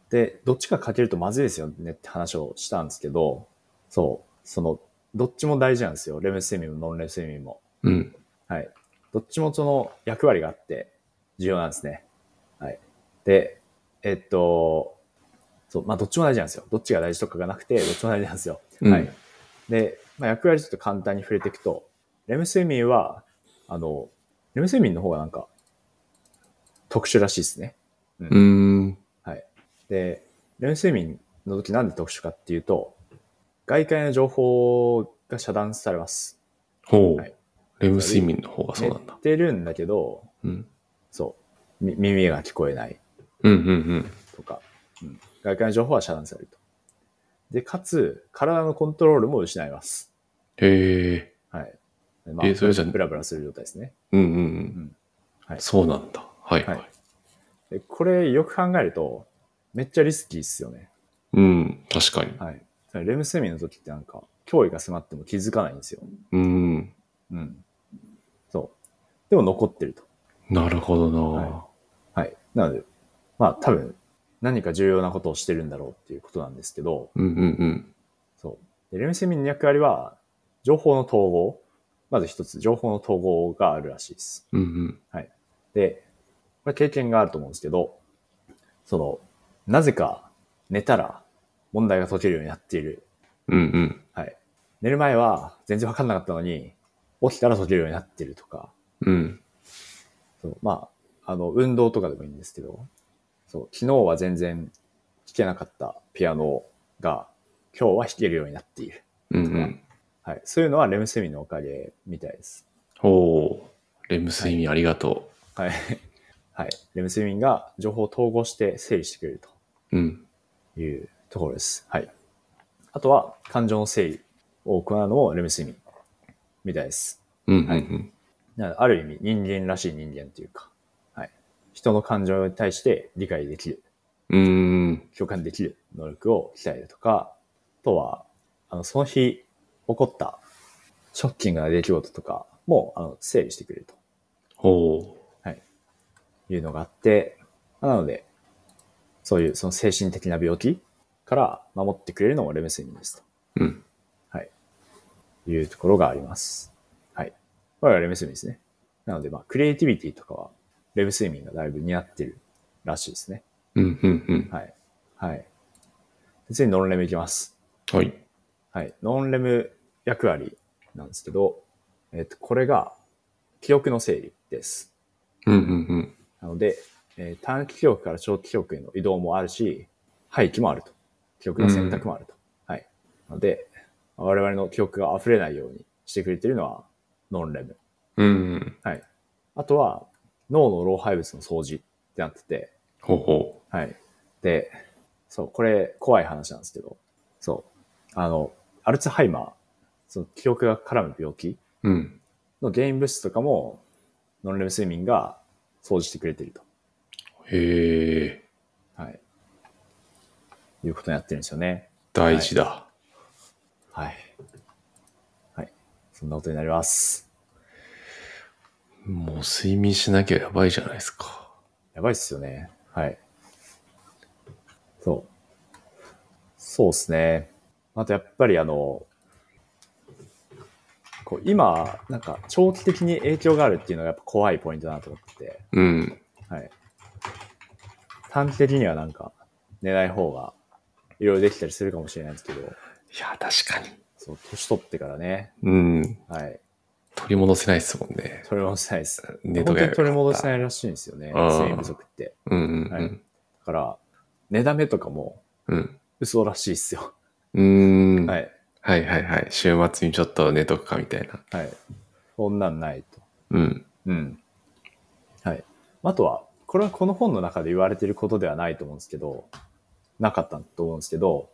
[SPEAKER 1] で、どっちか欠けるとまずいですよねって話をしたんですけど、そう、その、どっちも大事なんですよ。レム睡眠もノンレム睡眠も。
[SPEAKER 2] うん。
[SPEAKER 1] はい。どっちもその役割があって重要なんですね。はい。で、えっと、そう、まあどっちも大事なんですよ。どっちが大事とかがなくて、どっちも大事なんですよ。
[SPEAKER 2] うん
[SPEAKER 1] はい。で、まあ、役割ちょっと簡単に触れていくと、レム睡眠は、あの、レム睡眠の方がなんか特殊らしいですね。
[SPEAKER 2] うーん。
[SPEAKER 1] はい。で、レム睡眠の時なんで特殊かっていうと、外界の情報が遮断されます。
[SPEAKER 2] ほう。
[SPEAKER 1] はい
[SPEAKER 2] レム睡眠の方がそうなんだ
[SPEAKER 1] 寝。てるんだけど、
[SPEAKER 2] うん。
[SPEAKER 1] そう。み耳が聞こえない
[SPEAKER 2] うんうんうん。
[SPEAKER 1] とか、うん、外界の情報は遮断されると。で、かつ、体のコントロールも失います。
[SPEAKER 2] へえ。
[SPEAKER 1] はい。でまあ、
[SPEAKER 2] えーそれじゃ
[SPEAKER 1] ブラブラする状態ですね。
[SPEAKER 2] うんうんうん。
[SPEAKER 1] はい
[SPEAKER 2] そうなんだ。はい、はい、
[SPEAKER 1] はいでこれ、よく考えると、めっちゃリスキーっすよね。
[SPEAKER 2] うん。確かに。
[SPEAKER 1] はい。レム睡眠の時ってなんか、脅威が迫っても気づかないんですよ。
[SPEAKER 2] うん。
[SPEAKER 1] うん。そう。でも残ってると。
[SPEAKER 2] なるほどな、
[SPEAKER 1] ははい。なので、まあ多分、何か重要なことをしてるんだろうっていうことなんですけど、
[SPEAKER 2] うんうんうん。
[SPEAKER 1] そう。でレム睡眠の役割は、情報の統合。まず一つ、情報の統合があるらしいです。
[SPEAKER 2] うんうん。
[SPEAKER 1] で、これ経験があると思うんですけど、その、なぜか寝たら問題が解けるようになっている。
[SPEAKER 2] うんうん。
[SPEAKER 1] はい。寝る前は全然わかんなかったのに、起きたら解けるようになってるとか、
[SPEAKER 2] うん。
[SPEAKER 1] そう、まあ、あの、運動とかでもいいんですけど、そう、昨日は全然弾けなかったピアノが、今日は弾けるようになっている。
[SPEAKER 2] うんうん。
[SPEAKER 1] はい。そういうのはレム睡眠のおかげみたいです。
[SPEAKER 2] ほう。レム睡眠ありがと
[SPEAKER 1] はい。 (laughs) はい。レム睡眠が情報を統合して整理してくれる
[SPEAKER 2] う。うん。
[SPEAKER 1] というところです。はい。あとは、感情の整理を行うのもレム睡眠みたいです。
[SPEAKER 2] うんうんうん。
[SPEAKER 1] なのである意味、人間らしい人間というか、はい。人の感情に対して理解できる
[SPEAKER 2] うーん。
[SPEAKER 1] 共感できる能力を鍛えるとか、あとは、あの、その日起こったショッキングな出来事とかも、あの、整理してくれる
[SPEAKER 2] ほ
[SPEAKER 1] というのがあって、まあなので、そういうその精神的な病気から守ってくれるのもレム睡眠です
[SPEAKER 2] う。うん。
[SPEAKER 1] というところがあります。はい。これはレム睡眠ですね。なので、まあ、クリエイティビティとかは、レム睡眠がだいぶ似合ってるらしいですね。
[SPEAKER 2] うんうんうん。
[SPEAKER 1] はい。はい。次にノンレムいきます。
[SPEAKER 2] はい。
[SPEAKER 1] はい、ノンレム役割なんですけど、えっと、これが記憶の整理です。
[SPEAKER 2] うんうんうん。
[SPEAKER 1] なので、えー短期記憶から長期記憶への移動もあるし、廃棄もあると。記憶の選択もあると。はい。なので、我々の記憶が溢れないようにしてくれているのはノンレム。
[SPEAKER 2] うんうん。
[SPEAKER 1] はい。あとは、脳の老廃物の掃除ってなってて、
[SPEAKER 2] ほうほ
[SPEAKER 1] はい。で、そう、これ、怖い話なんですけど、そう、あの、アルツハイマー、その記憶が絡む病気
[SPEAKER 2] う。うん。
[SPEAKER 1] の原因物質とかも、ノンレム睡眠が掃除してくれてると。
[SPEAKER 2] へえ。
[SPEAKER 1] はい。いうことになってるんですよね。
[SPEAKER 2] 大事だ。
[SPEAKER 1] はい。はい。そんなことになります。
[SPEAKER 2] もう睡眠しなきゃやばいじゃないですか。
[SPEAKER 1] やばいっすよね。はい。そう。そうですね。あとやっぱりあの、こう今、なんか長期的に影響があるっていうのがやっぱ怖いポイントだなと思ってて、
[SPEAKER 2] うん。
[SPEAKER 1] はい。短期的にはなんか寝ない方がいろいろできたりするかもしれないんですけど、
[SPEAKER 2] いや、確かに。
[SPEAKER 1] そう、年取ってからね、
[SPEAKER 2] うん。
[SPEAKER 1] はい。
[SPEAKER 2] 取り戻せないですもんね。
[SPEAKER 1] 取り戻せないです。
[SPEAKER 2] 寝
[SPEAKER 1] 本当に取り戻せ
[SPEAKER 2] い。
[SPEAKER 1] ないらしいんですよね、
[SPEAKER 2] あー
[SPEAKER 1] 睡眠不足って。
[SPEAKER 2] うんうん
[SPEAKER 1] は
[SPEAKER 2] う
[SPEAKER 1] い
[SPEAKER 2] ん。
[SPEAKER 1] だから、寝だめとかも
[SPEAKER 2] うん。
[SPEAKER 1] 嘘らしいっすよ。
[SPEAKER 2] うーん。は
[SPEAKER 1] はいい。
[SPEAKER 2] はいはい。週末にちょっと寝とくかみたいな。
[SPEAKER 1] はい。そんなんないと。
[SPEAKER 2] うん。
[SPEAKER 1] うん。はい。あとは、これはこの本の中で言われてることではないと思うんですけど、なかったと思うんですけど、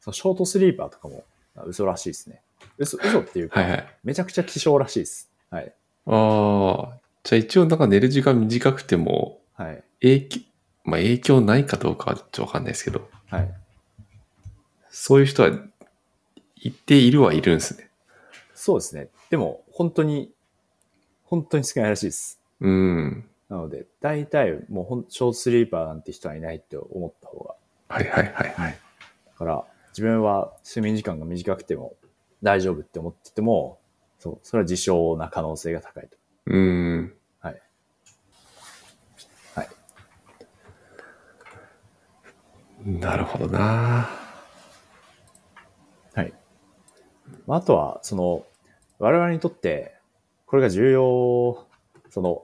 [SPEAKER 1] そのショートスリーパーとかもあ嘘らしいですね。嘘、嘘っていうか、
[SPEAKER 2] はいはい。
[SPEAKER 1] めちゃくちゃ希少らしいです。はい。
[SPEAKER 2] ああ。じゃあ一応なんか寝る時間短くても、
[SPEAKER 1] はい。
[SPEAKER 2] 影響、まあ影響ないかどうかはちょっとわかんないですけど、
[SPEAKER 1] はい。
[SPEAKER 2] そういう人は、一定いるはいるんですね。
[SPEAKER 1] そうですね。でも、本当に、本当に少ないらしいです。
[SPEAKER 2] うん。
[SPEAKER 1] なので、大体もうほん、ショートスリーパーなんて人はいないって思った方が
[SPEAKER 2] はいはいはいはい。
[SPEAKER 1] だから、自分は睡眠時間が短くても大丈夫って思ってても、そう、それは自傷な可能性が高いと。
[SPEAKER 2] うーん。
[SPEAKER 1] はい。はい。
[SPEAKER 2] なるほどな
[SPEAKER 1] はい。まあ、あとは、その、我々にとって、これが重要、その、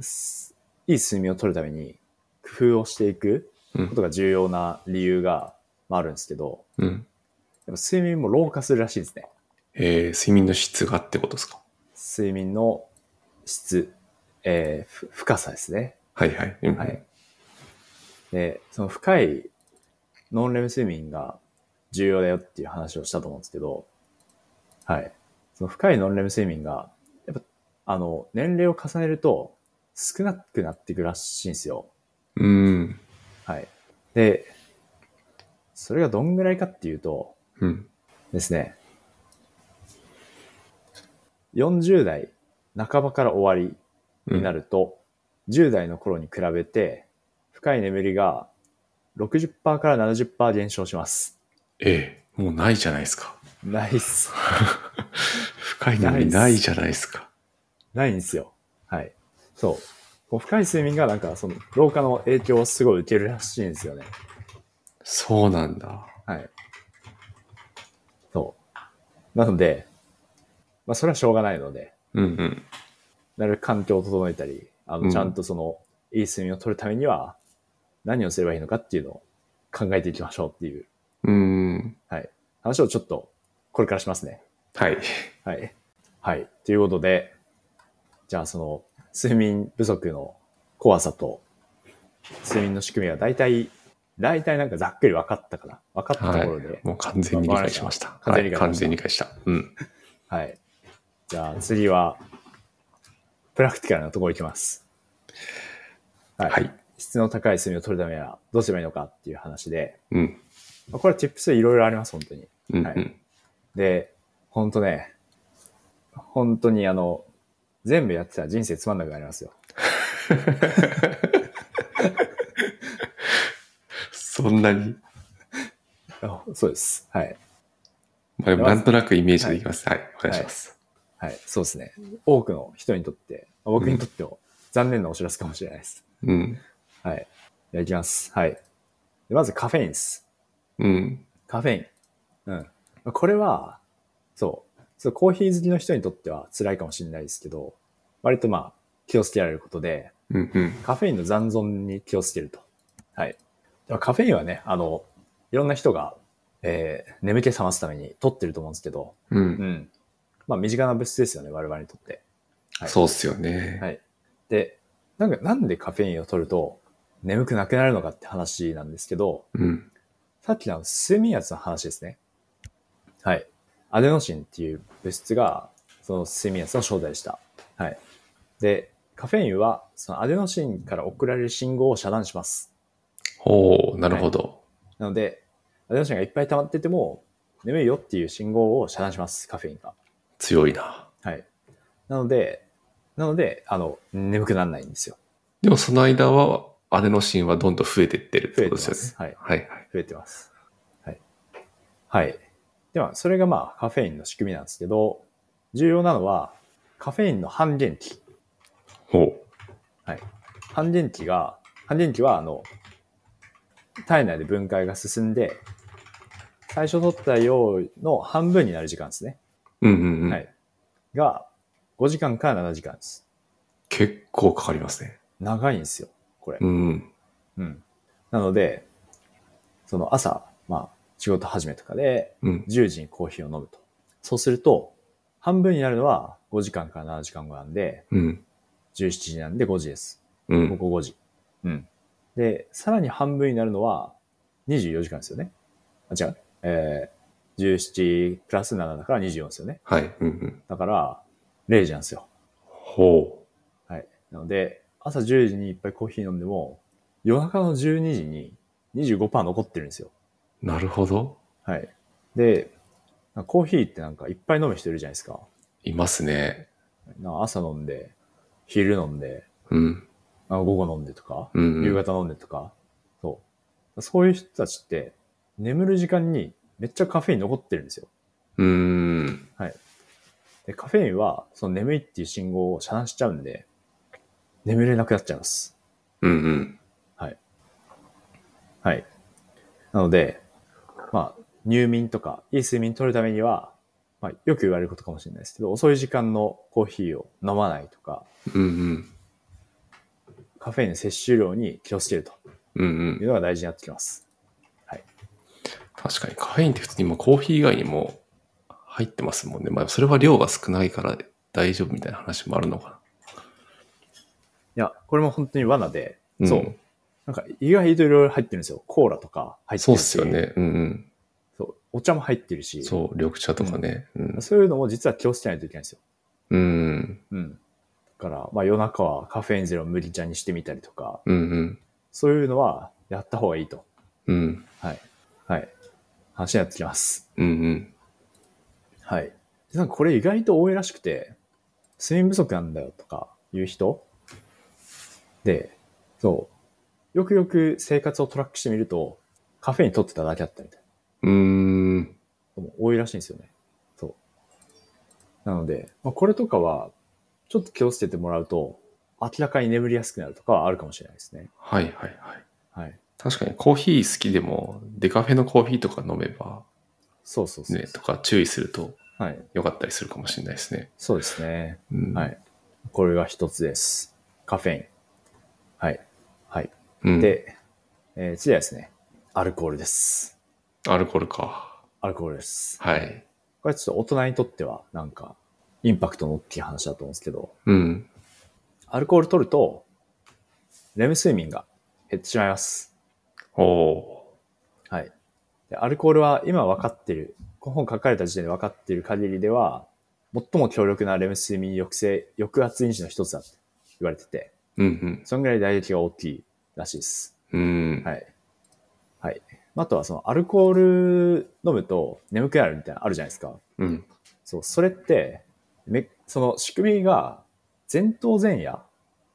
[SPEAKER 1] すいい睡眠を取るために、工夫をしていく
[SPEAKER 2] う
[SPEAKER 1] こ
[SPEAKER 2] ん。
[SPEAKER 1] とが重要な理由が、まあ、あるんですけど、
[SPEAKER 2] うん。
[SPEAKER 1] やっぱ睡眠も老化するらしいですね。
[SPEAKER 2] えー、睡眠の質がってことですか
[SPEAKER 1] 睡眠の質、えーふ深さですね。
[SPEAKER 2] はいはい。うん
[SPEAKER 1] はい。。で、その深いノンレム睡眠が重要だよっていう話をしたと思うんですけど、はい。その深いノンレム睡眠が、やっぱ、あの、年齢を重ねると少なくなっていくらしいんですよ。
[SPEAKER 2] うーん。
[SPEAKER 1] はい。で、それがどんぐらいかっていうと
[SPEAKER 2] うん。
[SPEAKER 1] ですね、40代半ばから終わり
[SPEAKER 2] うん
[SPEAKER 1] になると、10代の頃に比べて深い眠りが60%から70%減少します。
[SPEAKER 2] ええもうないじゃないですか。
[SPEAKER 1] ナイス。
[SPEAKER 2] 深いのにないじゃないですか。
[SPEAKER 1] ないんですよ。はい。そう。こう深い睡眠がなんかその老化の影響をすごい受けるらしいんですよね。
[SPEAKER 2] そうなんだ。
[SPEAKER 1] はい。そう。なので、まあそれはしょうがないので、
[SPEAKER 2] うんうん。
[SPEAKER 1] なるべく環境を整えたり、あ
[SPEAKER 2] うん
[SPEAKER 1] の、ちゃんとその、いい睡眠を取るためには、何をすればいいのかっていうのを考えていきましょうっていう
[SPEAKER 2] うーん。
[SPEAKER 1] 話をちょっと、これからしますね。
[SPEAKER 2] はい。
[SPEAKER 1] はい。はい。ということで、じゃあその、睡眠不足の怖さと、睡眠の仕組みが大体、大体なんかざっくり分かったかな。分かったと
[SPEAKER 2] はい
[SPEAKER 1] ころで。。
[SPEAKER 2] もう完全に理解しました。
[SPEAKER 1] 完
[SPEAKER 2] は
[SPEAKER 1] 全に
[SPEAKER 2] い。
[SPEAKER 1] 理解しました
[SPEAKER 2] 完全に理解した。うん。
[SPEAKER 1] はい。じゃあ次は、プラクティカルなところいきます。はい。
[SPEAKER 2] はい。
[SPEAKER 1] 質の高い睡眠を取るためにはどうすればいいのかっていう話で、
[SPEAKER 2] うん。
[SPEAKER 1] まあこれは tips いろいろあります、本当に。
[SPEAKER 2] うん。
[SPEAKER 1] は
[SPEAKER 2] うん
[SPEAKER 1] で、本当ね、本当にあの、全部やってたら人生つまんなくなりますよ。
[SPEAKER 2] そんなに、
[SPEAKER 1] あそうです。はい。
[SPEAKER 2] まあ、なんとなくイメージできます。はい。お願いします。
[SPEAKER 1] はい。そうですね。多くの人にとって、まあ僕にとっても残念なお知らせかもしれないです。
[SPEAKER 2] うん。
[SPEAKER 1] はい。じゃあいきます。はい。でまずカフェインです。
[SPEAKER 2] うん。
[SPEAKER 1] カフェイン。うんまあ。これは、そう。そうコーヒー好きの人にとっては辛いかもしれないですけど、割とまあ、気をつけられることで、
[SPEAKER 2] うん。うん。
[SPEAKER 1] カフェインの残存に気をつけると。はい。ではカフェインはね、あの、いろんな人が、えー眠気覚ますために取ってると思うんですけど、
[SPEAKER 2] う。
[SPEAKER 1] うんん。まあ、身近な物質ですよね、我々にとって。はい
[SPEAKER 2] そうっすよね。
[SPEAKER 1] はい。で、なんか、なんでカフェインを取ると眠くなくなるのかって話なんですけど、
[SPEAKER 2] うん。
[SPEAKER 1] さっきのあの睡眠圧の話ですね。はい。アデノシンっていう物質が、その睡眠圧の正体でした。はい。で、カフェインは、そのアデノシンから送られる信号を遮断します。
[SPEAKER 2] ほう、なるほど。
[SPEAKER 1] なので、アデノシンがいっぱい溜まってても、眠いよっていう信号を遮断します、カフェインが。
[SPEAKER 2] 強いな。
[SPEAKER 1] はい。なので、なので、あの、眠くならないんですよ。
[SPEAKER 2] でもその間は、アデノシンはどんどん増えてってるっ
[SPEAKER 1] 増
[SPEAKER 2] て
[SPEAKER 1] え
[SPEAKER 2] こ
[SPEAKER 1] てま
[SPEAKER 2] とですす。よ
[SPEAKER 1] は
[SPEAKER 2] ね
[SPEAKER 1] い。。
[SPEAKER 2] はいはい。
[SPEAKER 1] 増えてます。はい。はい。では、それがまあ、カフェインの仕組みなんですけど、重要なのは、カフェインの半減期。
[SPEAKER 2] ほ
[SPEAKER 1] 半減期が、半減期は、あの、体内で分解が進んで、最初取った量の半分になる時間ですね。
[SPEAKER 2] う。うんうんうん。
[SPEAKER 1] はいが、5時間から7時間です。
[SPEAKER 2] 結構かかりますね。
[SPEAKER 1] 長いんですよ、これ
[SPEAKER 2] う。ん。
[SPEAKER 1] うん。なので、その朝、まあ、仕事始めとかで、
[SPEAKER 2] うん。
[SPEAKER 1] 10時にコーヒーを飲むと。そうすると、半分になるのは5時間から7時間後なんで、
[SPEAKER 2] うん。
[SPEAKER 1] 17時なんで5時です。
[SPEAKER 2] うん。
[SPEAKER 1] 午後5時。うん。で、さらに半分になるのは24時間ですよね。あ、違う。えー、17プラス7だから24ですよね。
[SPEAKER 2] はい。うんうん。
[SPEAKER 1] だから、0時なんですよ。
[SPEAKER 2] ほ
[SPEAKER 1] はい。なので、朝10時にいっぱいコーヒー飲んでも、夜中の12時に25%残ってるんですよ。
[SPEAKER 2] う。なるほど。
[SPEAKER 1] はい。で、なんかコーヒーってなんかいっぱい飲む人いるじゃないですか。
[SPEAKER 2] いますね。
[SPEAKER 1] なんか朝飲んで、昼飲んで、
[SPEAKER 2] うん。
[SPEAKER 1] あ午後飲んでとか、
[SPEAKER 2] うん、うん。
[SPEAKER 1] 夕方飲んでとか、そそういう人たちって、眠る時間にめっちゃカフェイン残ってるんですよ。
[SPEAKER 2] うーん。
[SPEAKER 1] で、カフェインは、その眠いっていう信号を遮断しちゃうんで、眠れなくなっちゃいます。
[SPEAKER 2] うんうん。
[SPEAKER 1] はい。なので、まあ、入眠とか、いい睡眠取るためには、まあ、よく言われることかもしれないですけど、遅い時間のコーヒーを飲まないとか、
[SPEAKER 2] うんうん。
[SPEAKER 1] カフェイン摂取量に気をつけると
[SPEAKER 2] うんう
[SPEAKER 1] い
[SPEAKER 2] ん。
[SPEAKER 1] うのが大事になってきます。
[SPEAKER 2] 確かにカフェインって普通に今コーヒー以外にも入ってますもんね。まあそれは量が少ないから大丈夫みたいな話もあるのか
[SPEAKER 1] いや、これも本当に罠で、
[SPEAKER 2] な。。
[SPEAKER 1] そうんなんか意外といろいろ入ってるんですよ。コーラとか入って
[SPEAKER 2] そう
[SPEAKER 1] る
[SPEAKER 2] っ
[SPEAKER 1] し。
[SPEAKER 2] すよ。ね。うんうん。
[SPEAKER 1] そう。お茶も入ってるし、そ
[SPEAKER 2] そう、緑茶とかね。うん
[SPEAKER 1] う。いうのも実は気をつけないといけないんですよ。
[SPEAKER 2] うん。
[SPEAKER 1] うん。だから、まあ夜中はカフェインゼロを無理茶にしてみたりとか、
[SPEAKER 2] うんうん。
[SPEAKER 1] そういうのはやった方がいいと。
[SPEAKER 2] うん。
[SPEAKER 1] はい。はい。話になってきます。
[SPEAKER 2] うんうん。
[SPEAKER 1] はい。でなんかこれ意外と多いらしくて、睡眠不足なんだよとかいう人で、そう。よくよく生活をトラックしてみると、カフェイン取ってただけだったみたいな。
[SPEAKER 2] うーん。
[SPEAKER 1] も多いらしいんですよね。そう。なので、まあ、これとかは、ちょっと気をつけてもらうと、明らかに眠りやすくなるとかはあるかもしれないですね。
[SPEAKER 2] はいはいはい。
[SPEAKER 1] はい。
[SPEAKER 2] 確かにコーヒー好きでも、デカフェのコーヒーとか飲めば、
[SPEAKER 1] そうそうそう
[SPEAKER 2] ね、とか注意すると
[SPEAKER 1] はい。
[SPEAKER 2] 良かったりするかもしれないですね。
[SPEAKER 1] そうですね。
[SPEAKER 2] うん。
[SPEAKER 1] はい。これが一つです。カフェイン。はい。はい。
[SPEAKER 2] うん、
[SPEAKER 1] で、えー次はですね、アルコールです。
[SPEAKER 2] アルコールか。
[SPEAKER 1] アルコールです。
[SPEAKER 2] はい。
[SPEAKER 1] これはちょっと大人にとっては、なんか、インパクトの大きい話だと思うんですけど、
[SPEAKER 2] うん。
[SPEAKER 1] アルコール取ると、レム睡眠が減ってしまいます。
[SPEAKER 2] おお
[SPEAKER 1] はい。でアルコールは今分かってる、この本書かれた時点で分かっている限りでは、最も強力なレム睡眠抑制、抑圧因子の一つだって言われてて、
[SPEAKER 2] ー。うん
[SPEAKER 1] そんぐらい打撃が大きいらしいです。
[SPEAKER 2] うん。うん。
[SPEAKER 1] はい。はい。あとはそのアルコール飲むと眠くなるみたいなのあるじゃないですか。
[SPEAKER 2] うん。
[SPEAKER 1] そう、それって、めその仕組みが前頭前野、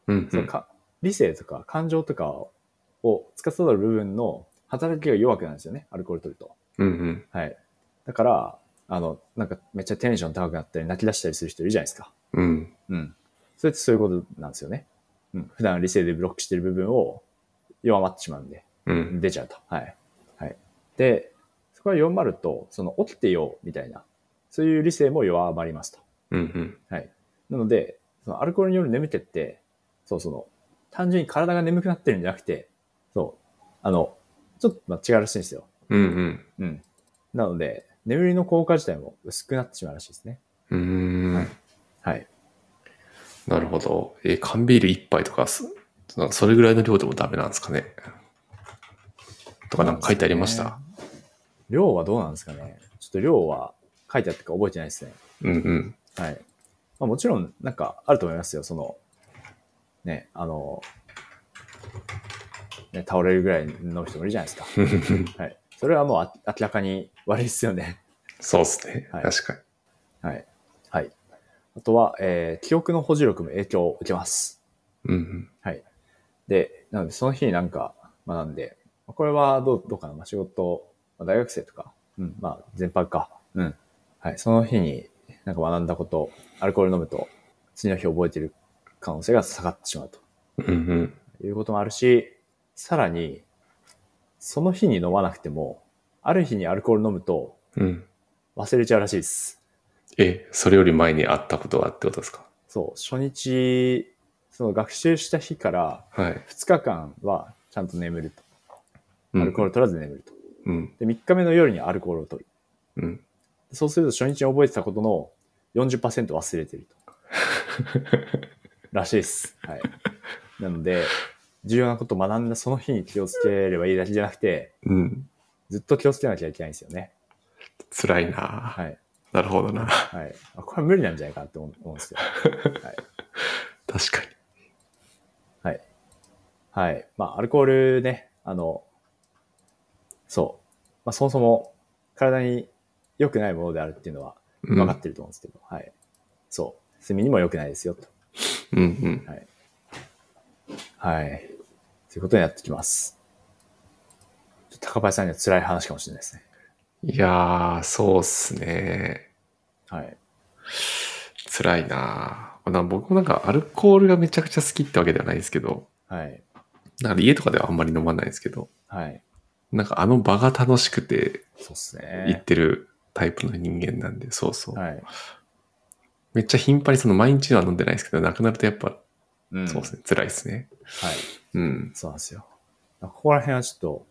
[SPEAKER 2] うん
[SPEAKER 1] そのか理性とか感情とかを司る部分の働きが弱くなるんですよね、アルコール取ると。
[SPEAKER 2] うんうん。
[SPEAKER 1] はい。だから、あの、なんかめっちゃテンション高くなったり泣き出したりする人いるじゃないですか。
[SPEAKER 2] うん。
[SPEAKER 1] うん。それってそういうことなんですよね。うん。普段理性でブロックしてる部分を弱まってしまうんで、
[SPEAKER 2] うん。
[SPEAKER 1] 出ちゃうと。はい。はい。で、そこが弱まると、その起きてようみたいな、そういう理性も弱まりますと。
[SPEAKER 2] うん。
[SPEAKER 1] はい。なので、そのアルコールによる眠気って、そうその、単純に体が眠くなってるんじゃなくて、そう、あの、ちょっとまあ違うらしいんですよ。
[SPEAKER 2] うん。うん。
[SPEAKER 1] うん。なので、眠りの効果自体も薄くなってしまうらしいですね。
[SPEAKER 2] うん。うん。
[SPEAKER 1] はい。
[SPEAKER 2] なるほど。えー缶ビール一杯とかす、なんかそれぐらいの量でもダメなんですかね。とかなんか書いてありました。
[SPEAKER 1] 量はどうなんですかねちょっと量は書いてあったか覚えてないですね。
[SPEAKER 2] うんうん。
[SPEAKER 1] はい。まあ、もちろん、なんかあると思いますよ。その、ね、あの、ね、倒れるぐらい飲む人もいるじゃないですか。はい。それはもうあ明らかに悪いですよね。
[SPEAKER 2] (laughs) そうですね。
[SPEAKER 1] はい
[SPEAKER 2] 確かに。
[SPEAKER 1] はい。はい。あとは、えー記憶の保持力も影響を受けます。
[SPEAKER 2] うんうん。
[SPEAKER 1] はい。で、なので、その日になんか学んで、まあこれはどうどうかな、まあ、仕事、まあ大学生とか、うん、まあ、全般か。うん。はい。その日になんか学んだこと、アルコール飲むと、次の日覚えてる可能性が下がってしまうと
[SPEAKER 2] うんうん。
[SPEAKER 1] いうこともあるし、さらに、その日に飲まなくても、ある日にアルコール飲むと
[SPEAKER 2] うん。
[SPEAKER 1] 忘れちゃうらしいです。
[SPEAKER 2] え、それより前にあったことがあってことですか
[SPEAKER 1] そう、初日、その学習した日から
[SPEAKER 2] はい。
[SPEAKER 1] 2日間はちゃんと眠ると。
[SPEAKER 2] うん
[SPEAKER 1] アルコール取らず眠ると。
[SPEAKER 2] うん。
[SPEAKER 1] で、3日目の夜にアルコールを取る。
[SPEAKER 2] うん。
[SPEAKER 1] そうすると初日に覚えてたことの40%忘れてると。らしいです。はい。なので、重要なことを学んだその日に気をつければいいだけじゃなくて、
[SPEAKER 2] うん。
[SPEAKER 1] ずっと気をつけなきゃいけないんですよね。
[SPEAKER 2] 辛いな、
[SPEAKER 1] はい。
[SPEAKER 2] なるほどな。
[SPEAKER 1] はい。あこれは無理なんじゃないかなって思うんですよ。はい。
[SPEAKER 2] 確か
[SPEAKER 1] はい。はい。まあ、アルコールね、あの、そう。まあ、そもそも体に良くないものであるっていうのは
[SPEAKER 2] に。うん
[SPEAKER 1] 分かってると思うんですけど、はい。そう。睡眠にも良くないですよ、と。
[SPEAKER 2] うんうん。
[SPEAKER 1] はい。ということになってきます。高林さんには辛い話かもしれないですね。
[SPEAKER 2] いやー、そうっすね。
[SPEAKER 1] はい。
[SPEAKER 2] 辛いなまあなんか僕もなんかアルコールがめちゃくちゃ好きってわけではないですけど、
[SPEAKER 1] はい。
[SPEAKER 2] なんか家とかではあんまり飲まないですけど、
[SPEAKER 1] はい。
[SPEAKER 2] なんかあの場が楽しくて
[SPEAKER 1] そうっす
[SPEAKER 2] 行っ
[SPEAKER 1] ね。
[SPEAKER 2] てるタイプの人間なんで、そうそう。
[SPEAKER 1] はい。
[SPEAKER 2] めっちゃ頻繁にその毎日は飲んでないですけど、なくなるとやっぱ、
[SPEAKER 1] うん
[SPEAKER 2] そうですね、辛いですね。
[SPEAKER 1] はい。
[SPEAKER 2] うん。
[SPEAKER 1] そうなんですよ。ここら辺はちょっと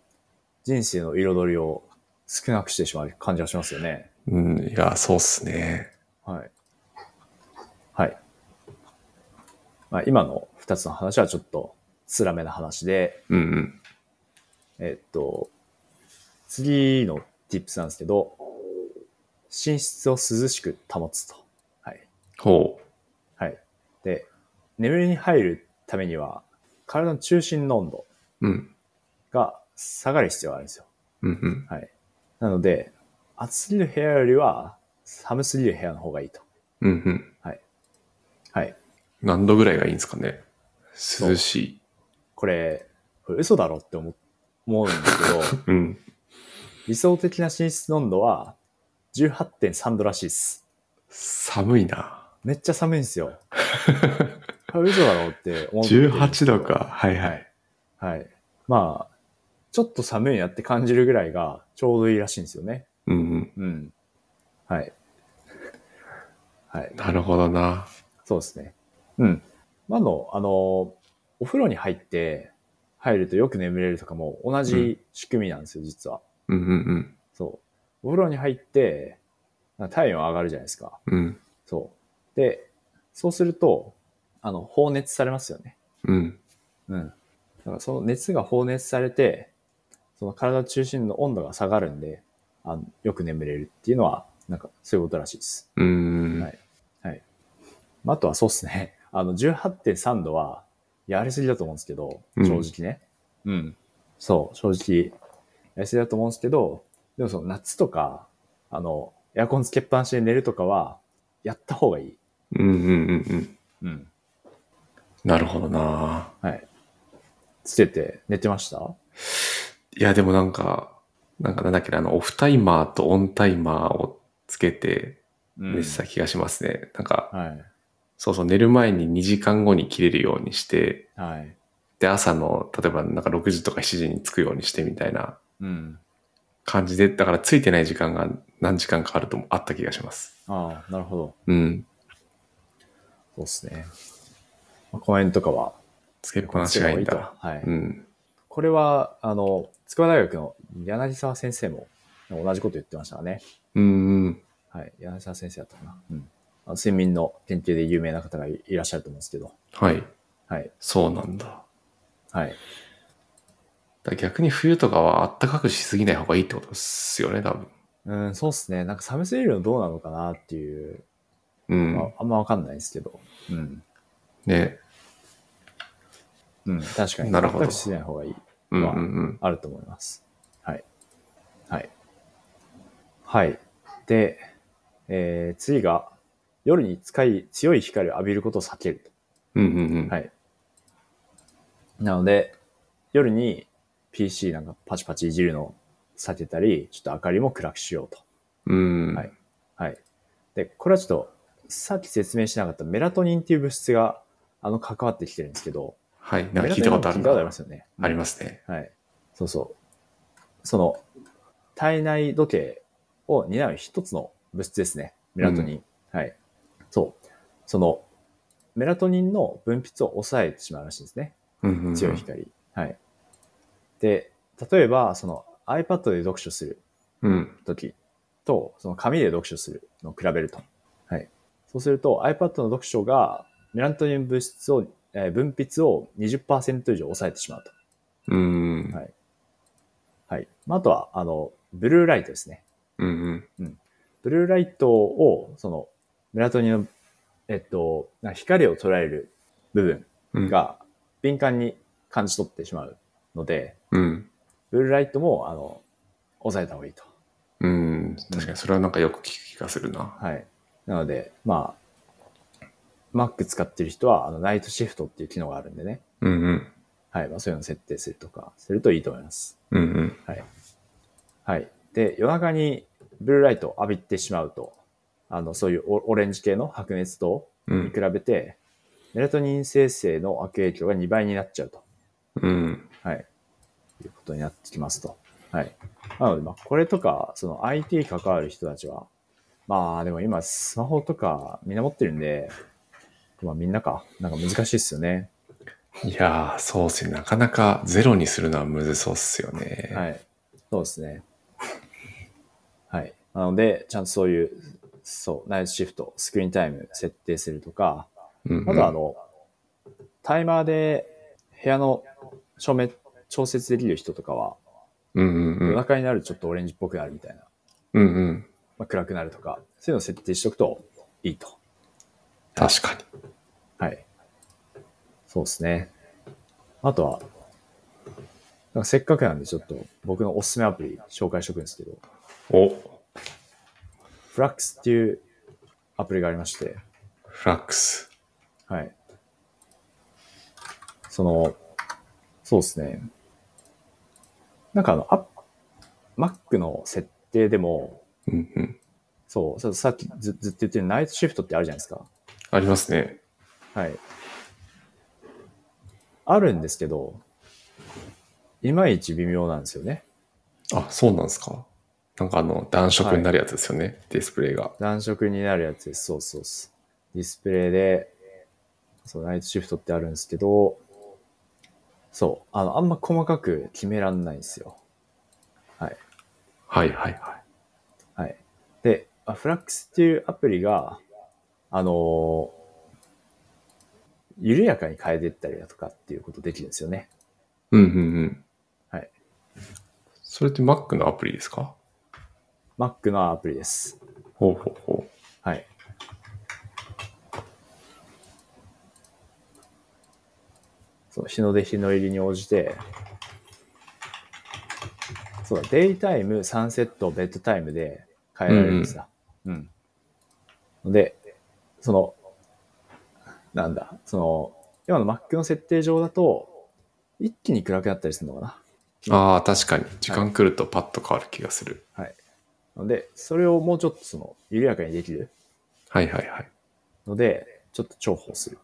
[SPEAKER 1] 人生の彩りを少なくしてしまう感じがしますよね。
[SPEAKER 2] うん、いや、そうっすね。
[SPEAKER 1] はい。はい。まあ、今の2つの話はちょっと辛めな話で、
[SPEAKER 2] うんうん。
[SPEAKER 1] えっと、次の tips なんですけど、寝室を涼しく保つと。はい。
[SPEAKER 2] ほ
[SPEAKER 1] はい。で、眠りに入るためには、体の中心の温度
[SPEAKER 2] う。うん。
[SPEAKER 1] が下がる必要があるんですよ。
[SPEAKER 2] うんうん。
[SPEAKER 1] はい。なので、暑すぎる部屋よりは、寒すぎる部屋の方がいいと。
[SPEAKER 2] うんうん。
[SPEAKER 1] はい。
[SPEAKER 2] 何度ぐらいがいいんですかね。涼しい。
[SPEAKER 1] これ、これ嘘だろって思思うんですけど、
[SPEAKER 2] (laughs) うん。
[SPEAKER 1] 理想的な寝室の温度は18.3度らしいです。
[SPEAKER 2] 寒いな。
[SPEAKER 1] めっちゃ寒いんです
[SPEAKER 2] (laughs)
[SPEAKER 1] よ。これ嘘だろって思ってるんですけ
[SPEAKER 2] 18
[SPEAKER 1] ど
[SPEAKER 2] 度か。。はいはい。
[SPEAKER 1] はい。まあ、ちょっと寒いなって感じるぐらいがちょうどいいらしいんですよね。
[SPEAKER 2] うんうん。
[SPEAKER 1] うん。はい。はい。
[SPEAKER 2] なるほどな。
[SPEAKER 1] そうですね。うん。まあの、あの、お風呂に入って、入るとよく眠れるとかも同じ仕組みなんですよ、実は。
[SPEAKER 2] うんうん
[SPEAKER 1] そう。お風呂に入って、なんか体温上がるじゃないですか。
[SPEAKER 2] うん。うん。
[SPEAKER 1] そう。で、そうすると、あの、放熱されますよね。
[SPEAKER 2] うん。
[SPEAKER 1] うん。だからその熱が放熱されて、その体中心の温度が下がるんで、あのよく眠れるっていうのは、なんかそういうことらしいです。
[SPEAKER 2] うん。
[SPEAKER 1] はいまああとはそうですね。 (laughs) あの、18.3度は、やりすぎだと思うんですけど、
[SPEAKER 2] うん
[SPEAKER 1] 正直ね。うん。そう、正直、やりすぎだと思うんですけど、でもその夏とか、あの、エアコンつけっぱなしで寝るとかは、やった方がいい。
[SPEAKER 2] うんうんうんうん。
[SPEAKER 1] うん。
[SPEAKER 2] なるほどな。
[SPEAKER 1] はい。つけて寝てました
[SPEAKER 2] いや、でもなんか、なんかなんだっけな、あの、オフタイマーとオンタイマーをつけて
[SPEAKER 1] う
[SPEAKER 2] 寝てた気がしますね。なんか、
[SPEAKER 1] はい。
[SPEAKER 2] そうそう、寝る前に2時間後に切れるようにして、
[SPEAKER 1] はい。
[SPEAKER 2] で、朝の、例えばなんか6時とか7時に着くようにしてみたいな
[SPEAKER 1] うん。
[SPEAKER 2] 感じで、だからついてない時間が何時間かあるともあった気がします。
[SPEAKER 1] ああ、なるほど。
[SPEAKER 2] うん。
[SPEAKER 1] そうですね。まあ、この辺とかは、
[SPEAKER 2] つけっぱなしがいいん
[SPEAKER 1] つけた
[SPEAKER 2] だ。
[SPEAKER 1] 方がいいとはい。
[SPEAKER 2] うん。
[SPEAKER 1] これは、あの、筑波大学の柳沢先生も同じこと言ってましたね。
[SPEAKER 2] うんうん。
[SPEAKER 1] はい。柳沢先生だったかな。うん。あの睡眠の研究で有名な方がいいらっしゃると思うんですけど。
[SPEAKER 2] はい。
[SPEAKER 1] はい。
[SPEAKER 2] そうなんだ。だか
[SPEAKER 1] はい。
[SPEAKER 2] ら逆に冬とかは暖かくしすぎない方がいいってことですよね、多分。
[SPEAKER 1] うん、そうっすね。なんか寒すぎるのどうなのかなっていう、
[SPEAKER 2] う
[SPEAKER 1] まあ
[SPEAKER 2] ん。、
[SPEAKER 1] あんまわかんないですけど。うん。
[SPEAKER 2] ね。
[SPEAKER 1] うん。確かに。
[SPEAKER 2] なるほど
[SPEAKER 1] 全くしない方がいい。
[SPEAKER 2] うんうんうん。
[SPEAKER 1] あると思います。はい。はい。はい。で、えー、次が、夜に使い、強い光を浴びることを避けると。
[SPEAKER 2] うんうんうん。
[SPEAKER 1] はい。なので、夜に PC なんかパチパチいじるの避けたり、ちょっと明かりも暗くしようと。
[SPEAKER 2] うん。
[SPEAKER 1] はいはい。で、これはちょっと、さっき説明しなかったメラトニンっていう物質が、あの、関わってきてるんですけど、
[SPEAKER 2] はい。なんか聞いたことある
[SPEAKER 1] メラトニンも聞いた
[SPEAKER 2] な
[SPEAKER 1] ことありますよね。
[SPEAKER 2] ありますね。
[SPEAKER 1] はい。そうそう。その、体内時計を担う一つの物質ですね。メラトニン。はい。そう。その、メラトニンの分泌を抑えてしまうらしいんですね。
[SPEAKER 2] うんうんうん。
[SPEAKER 1] 強い光。はい。で、例えば、その iPad で読書する
[SPEAKER 2] うん。
[SPEAKER 1] ときと、その紙で読書するのを比べると。はい。そうすると、iPad の読書がメラトニン物質を、えー分泌を20%以上抑えてしまうと。
[SPEAKER 2] うん。
[SPEAKER 1] はいはい。まあ、あとは、あの、ブルーライトですね。
[SPEAKER 2] うんうん。
[SPEAKER 1] ブルーライトを、その、メラトニンの、えっと、なんか光を捉える部分
[SPEAKER 2] うん。
[SPEAKER 1] が敏感に感じ取ってしまうので、
[SPEAKER 2] うん。
[SPEAKER 1] ブルーライトも、あの、抑えた方がいいと。
[SPEAKER 2] うん。確かにそれはなんかよく聞く気がするな。
[SPEAKER 1] はい。なので、まあ、Mac 使ってる人は、あの、ナイトシフトっていう機能があるんでね。
[SPEAKER 2] うんうん。
[SPEAKER 1] はい。まあ、そういうのを設定するとか、するといいと思います。
[SPEAKER 2] うんうん。
[SPEAKER 1] はい。はい。で、夜中にブルーライトを浴びてしまうと、あの、そういうオオレンジ系の白熱灯
[SPEAKER 2] う
[SPEAKER 1] に
[SPEAKER 2] ん
[SPEAKER 1] 比。べて、メラトニン生成の悪影響が2倍になっちゃうと。
[SPEAKER 2] うん。
[SPEAKER 1] はい。いうことになってきますと。はい。なので、まあ、これとか、その IT 関わる人たちは、まあ、でも今、スマホとかみんな持ってるんで、まあ、みんなか、なんか難しいっすよね。
[SPEAKER 2] いやー、そうっすよ。なかなかゼロにするのはむずそうっすよね。
[SPEAKER 1] はい。そうですね。はい。なので、ちゃんとそういう、そう、ナイトシフト、スクリーンタイム設定するとか、
[SPEAKER 2] うんうん
[SPEAKER 1] あとあの、タイマーで部屋の照明調節できる人とかは、
[SPEAKER 2] うんうんう
[SPEAKER 1] 夜
[SPEAKER 2] ん。
[SPEAKER 1] 中になるとちょっとオレンジっぽくなるみたいな、
[SPEAKER 2] うんうん。
[SPEAKER 1] まあ、暗くなるとか、そういうのを設定しとくといいと。
[SPEAKER 2] 確かに。
[SPEAKER 1] はい。そうですね。あとは、なんかせっかくなんでちょっと僕のおすすめアプリ紹介しとくんですけど、
[SPEAKER 2] お、
[SPEAKER 1] フラックスっていうアプリがありまして、
[SPEAKER 2] フラックス。
[SPEAKER 1] はい。その、そうですね。なんかあの、アッ Mac の設定でも、
[SPEAKER 2] うんうん。
[SPEAKER 1] そう、そうさっきずずっと言ってるナイトシフトってあるじゃないですか。
[SPEAKER 2] ありますね。
[SPEAKER 1] はい。あるんですけど、いまいち微妙なんですよね。
[SPEAKER 2] あ、そうなんですか。なんかあの、暖色になるやつですよね。ディスプレイが。
[SPEAKER 1] 暖色になるやつです。そうそうそう。ディスプレイで、そう、ナイトシフトってあるんですけど、そう、あの、あんま細かく決めらんないんですよ。はい。
[SPEAKER 2] はいはいは
[SPEAKER 1] はい。で、あフラックスっていうアプリが、あのー緩やかに変えていったりだとかっていうことできるんですよね。
[SPEAKER 2] い。うんうんうん。
[SPEAKER 1] はい。
[SPEAKER 2] それって Mac のアプリですか
[SPEAKER 1] Mac のアプリです。
[SPEAKER 2] ほうほうほ
[SPEAKER 1] はい。そう、日の出日の入りに応じて、そうだ、デイタイム、サンセット、ベッドタイムで変えられるんですよ。うん。で、その、なんだ、その、今の Mac の設定上だと、一気に暗くなったりするのかな。
[SPEAKER 2] う。ああ、確かに。時間来るとパッと変わる気がする。
[SPEAKER 1] なので、それをもうちょっとその、緩やかにできる
[SPEAKER 2] はいはいはい。
[SPEAKER 1] ので、ちょっと重宝する。
[SPEAKER 2] う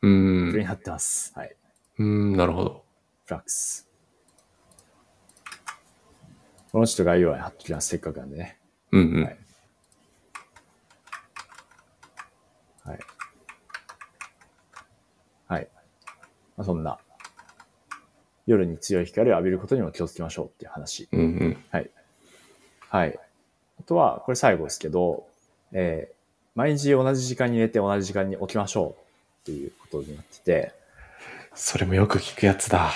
[SPEAKER 1] それ
[SPEAKER 2] ー
[SPEAKER 1] に
[SPEAKER 2] ん。
[SPEAKER 1] なってます。はい。
[SPEAKER 2] うーん、なるほど。
[SPEAKER 1] フラックス。この人概要欄に貼っときます。せっかくなんでね。
[SPEAKER 2] うんうん。
[SPEAKER 1] はいはい。はい。まあ、そんな、夜に強い光を浴びることにも気をつけましょうっていう話。
[SPEAKER 2] うんうん。
[SPEAKER 1] はい。あとは、これ最後ですけど、えー毎日同じ時間に寝て同じ時間に起きましょうっていうことになってて、
[SPEAKER 2] それもよく聞くやつだ。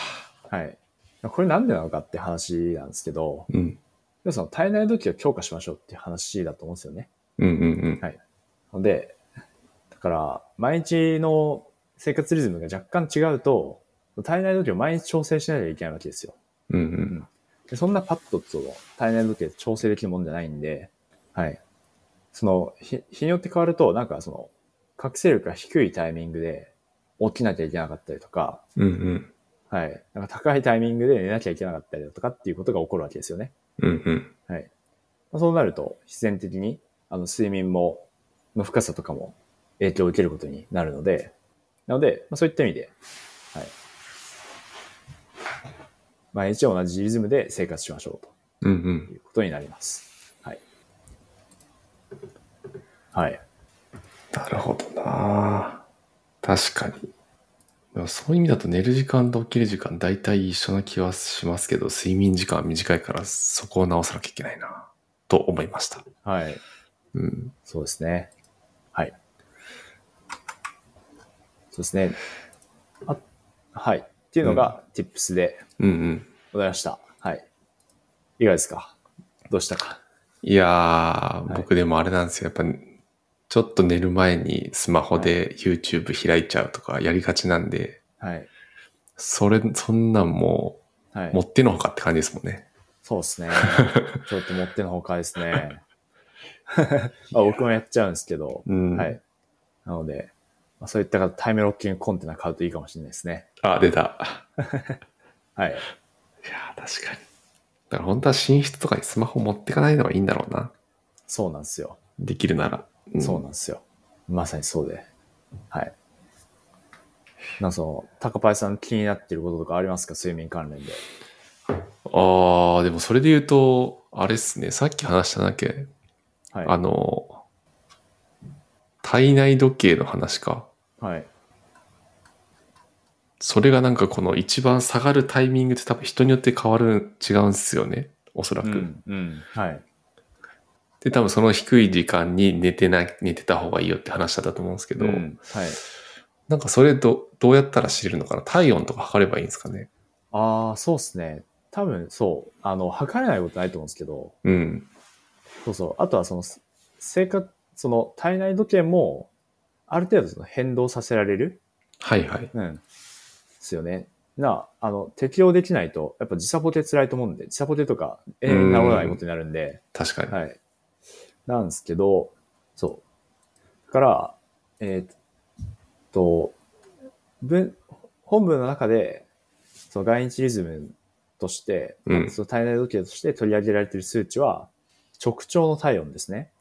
[SPEAKER 1] はい。これなんでなのかって話なんですけど、
[SPEAKER 2] うん。
[SPEAKER 1] 要はその体内時計を強化しましょうっていう話だと思うんですよね。
[SPEAKER 2] うんうん
[SPEAKER 1] ので、だから、毎日の生活リズムが若干違うと、体内時計を毎日調整しないといけないわけですよ。
[SPEAKER 2] うん。うんうん。
[SPEAKER 1] でそんなパッとその体内時計調整できるもんじゃないんで、はい。その、日日によって変わると、なんかその、覚醒力が低いタイミングで起きなきゃいけなかったりとか、
[SPEAKER 2] うんうん。
[SPEAKER 1] はい。なんか高いタイミングで寝なきゃいけなかったりだとかっていうことが起こるわけですよね。
[SPEAKER 2] うんうん。
[SPEAKER 1] まあそうなると、必然的に、あの、睡眠も、の深さとかも影響を受けることになるので、なので、まあ、そういった意味で、はい。毎日同じリズムで生活しましょう
[SPEAKER 2] うんう
[SPEAKER 1] と
[SPEAKER 2] ん。
[SPEAKER 1] いうことになります。はい。はい。
[SPEAKER 2] なるほどな。確かに。でもそういう意味だと寝る時間と起きる時間大体一緒な気はしますけど、睡眠時間は短いからそこを直さなきゃいけないな、と思いました。
[SPEAKER 1] はい。
[SPEAKER 2] うん。
[SPEAKER 1] そうですね。はい。そうですね。あ、はい。っていうのが、tips で
[SPEAKER 2] うんうん。
[SPEAKER 1] ございました。はい。いかがですかどうしたか
[SPEAKER 2] いや
[SPEAKER 1] は
[SPEAKER 2] ー、
[SPEAKER 1] い
[SPEAKER 2] 僕でもあれなんですよ。やっぱ、ちょっと寝る前にスマホで YouTube 開いちゃうとかやりがちなんで、
[SPEAKER 1] はい。
[SPEAKER 2] それ、そんなんも
[SPEAKER 1] は
[SPEAKER 2] う、持
[SPEAKER 1] い。
[SPEAKER 2] ってのほかって感じですもんね。
[SPEAKER 1] そうです
[SPEAKER 2] (laughs)
[SPEAKER 1] ね。ちょっと持ってのほかですね。 (laughs) まあ、僕もやっちゃうんですけど、
[SPEAKER 2] うん。
[SPEAKER 1] はい。なので、まあ、そういった方、タイムロッキングコンテナ買うといいかもしれないですね。
[SPEAKER 2] あ、出た。
[SPEAKER 1] はい。
[SPEAKER 2] いやー、確かに。だから本当は寝室とかにスマホ持ってかないのがいいんだろうな。
[SPEAKER 1] そうなんですよ。
[SPEAKER 2] できるなら。うん
[SPEAKER 1] そうなんですよ。まさにそうで。はい。なんかその、タカパイさん気になってることとかありますか睡眠関連で。
[SPEAKER 2] ああ、でもそれで言うと、あれっすね、さっき話したんだっけ、
[SPEAKER 1] はい。
[SPEAKER 2] あの、体内時計の話か。
[SPEAKER 1] はい。
[SPEAKER 2] それがなんかこの一番下がるタイミングって多分人によって変わる、違うんすよね。おそらく。
[SPEAKER 1] うん。うん。はい。
[SPEAKER 2] で、多分その低い時間に寝てない、寝てた方がいいよって話だったと思うんですけど、
[SPEAKER 1] うんはい。
[SPEAKER 2] なんかそれど、どうやったら知れるのかな体温とか測ればいいんですかね
[SPEAKER 1] ああ、そうっすね。多分、そう。あの、測れないことないと思うんですけど、
[SPEAKER 2] うん。
[SPEAKER 1] そうそう。あとはその、せ生活、その体内時計も、ある程度その変動させられる。
[SPEAKER 2] はいはい。
[SPEAKER 1] うん。ですよね。な、あの、適用できないと、やっぱ時差ボケ辛いと思うんで、時差ボケとか、永遠に治らないことになるんで、
[SPEAKER 2] 確かに。
[SPEAKER 1] はい。なんですけど、そう。だから、えーっと、文、本文の中で、その外日リズムとして、
[SPEAKER 2] うん
[SPEAKER 1] その体内時計として取り上げられている数値は、直腸の体温ですね。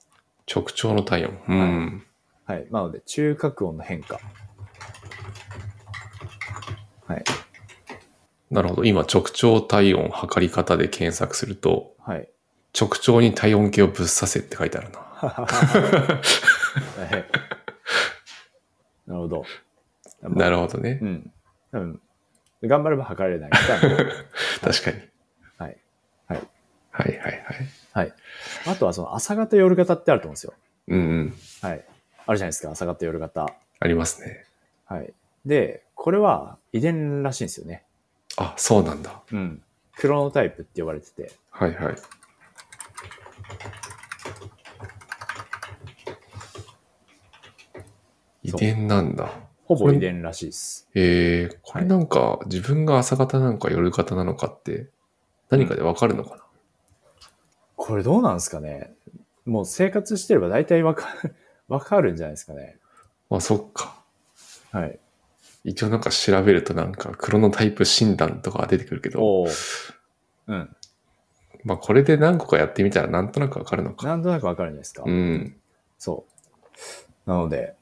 [SPEAKER 2] 直腸の体温。うん。
[SPEAKER 1] はい。なので、中隔音の変化。はい。
[SPEAKER 2] なるほど。今、直腸体温測り方で検索すると、
[SPEAKER 1] はい。
[SPEAKER 2] 直腸に体温計をぶっ刺せって書いてあるな。
[SPEAKER 1] はいなるほど。
[SPEAKER 2] なるほどね
[SPEAKER 1] う。ん。多分、頑張れば測れないから。
[SPEAKER 2] 確かに。
[SPEAKER 1] はい。はい。
[SPEAKER 2] はいはいはい。
[SPEAKER 1] はい。あとはその朝方夜型ってあると思うんですよ。
[SPEAKER 2] うんうん。
[SPEAKER 1] はい。あるじゃないですか、朝方夜型。
[SPEAKER 2] ありますね。
[SPEAKER 1] はい。で、これは遺伝らしいんですよね。
[SPEAKER 2] あ、そうなんだ。
[SPEAKER 1] うん。クロノタイプって呼ばれてて。
[SPEAKER 2] はいはい。遺
[SPEAKER 1] そう
[SPEAKER 2] 伝なんだ。
[SPEAKER 1] ほぼ遺伝らしいです。
[SPEAKER 2] えー、これなんか、自分が朝方なのか夜方なのかって、何かでわかるのかな、
[SPEAKER 1] これどうなんですかねもう生活してれば大体わか (laughs) る、わかるんじゃないですかね。
[SPEAKER 2] あ、そっか。
[SPEAKER 1] はい。
[SPEAKER 2] 一応なんか調べるとなんか、クロノタイプ診断とか出てくるけど、
[SPEAKER 1] おお。うん。
[SPEAKER 2] まあこれで何個かやってみたらなんとなくわかるのか。
[SPEAKER 1] なんとなくわかるんじゃないですか。
[SPEAKER 2] うん。
[SPEAKER 1] そう。なので、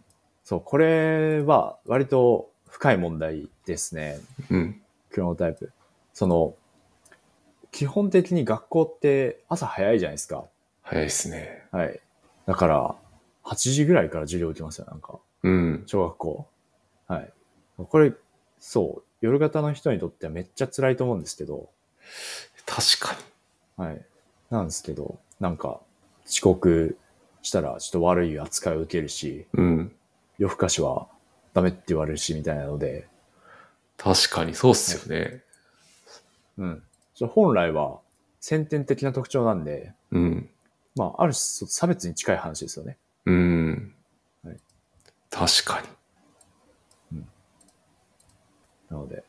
[SPEAKER 1] そう、これは割と深い問題ですね。
[SPEAKER 2] うん。
[SPEAKER 1] クロノタイプ。その、基本的に学校って朝早いじゃないですか。
[SPEAKER 2] 早いっすね。
[SPEAKER 1] はい。だから、8時ぐらいから授業受けますよ、なんか。
[SPEAKER 2] うん。
[SPEAKER 1] 小学校。はい。これ、そう、夜型の人にとってはめっちゃ辛いと思うんですけど、
[SPEAKER 2] 確かに。
[SPEAKER 1] はい。なんですけど、なんか、遅刻したらちょっと悪い扱いを受けるし、
[SPEAKER 2] うん。
[SPEAKER 1] 夜更かしはダメって言われるし、みたいなので、
[SPEAKER 2] 確かに、そうっすよね。
[SPEAKER 1] うん。ちょ本来は先天的な特徴なんで、
[SPEAKER 2] うん。
[SPEAKER 1] まあ、ある種そう差別に近い話ですよね。
[SPEAKER 2] うん。
[SPEAKER 1] はい
[SPEAKER 2] 確かに。
[SPEAKER 1] なので、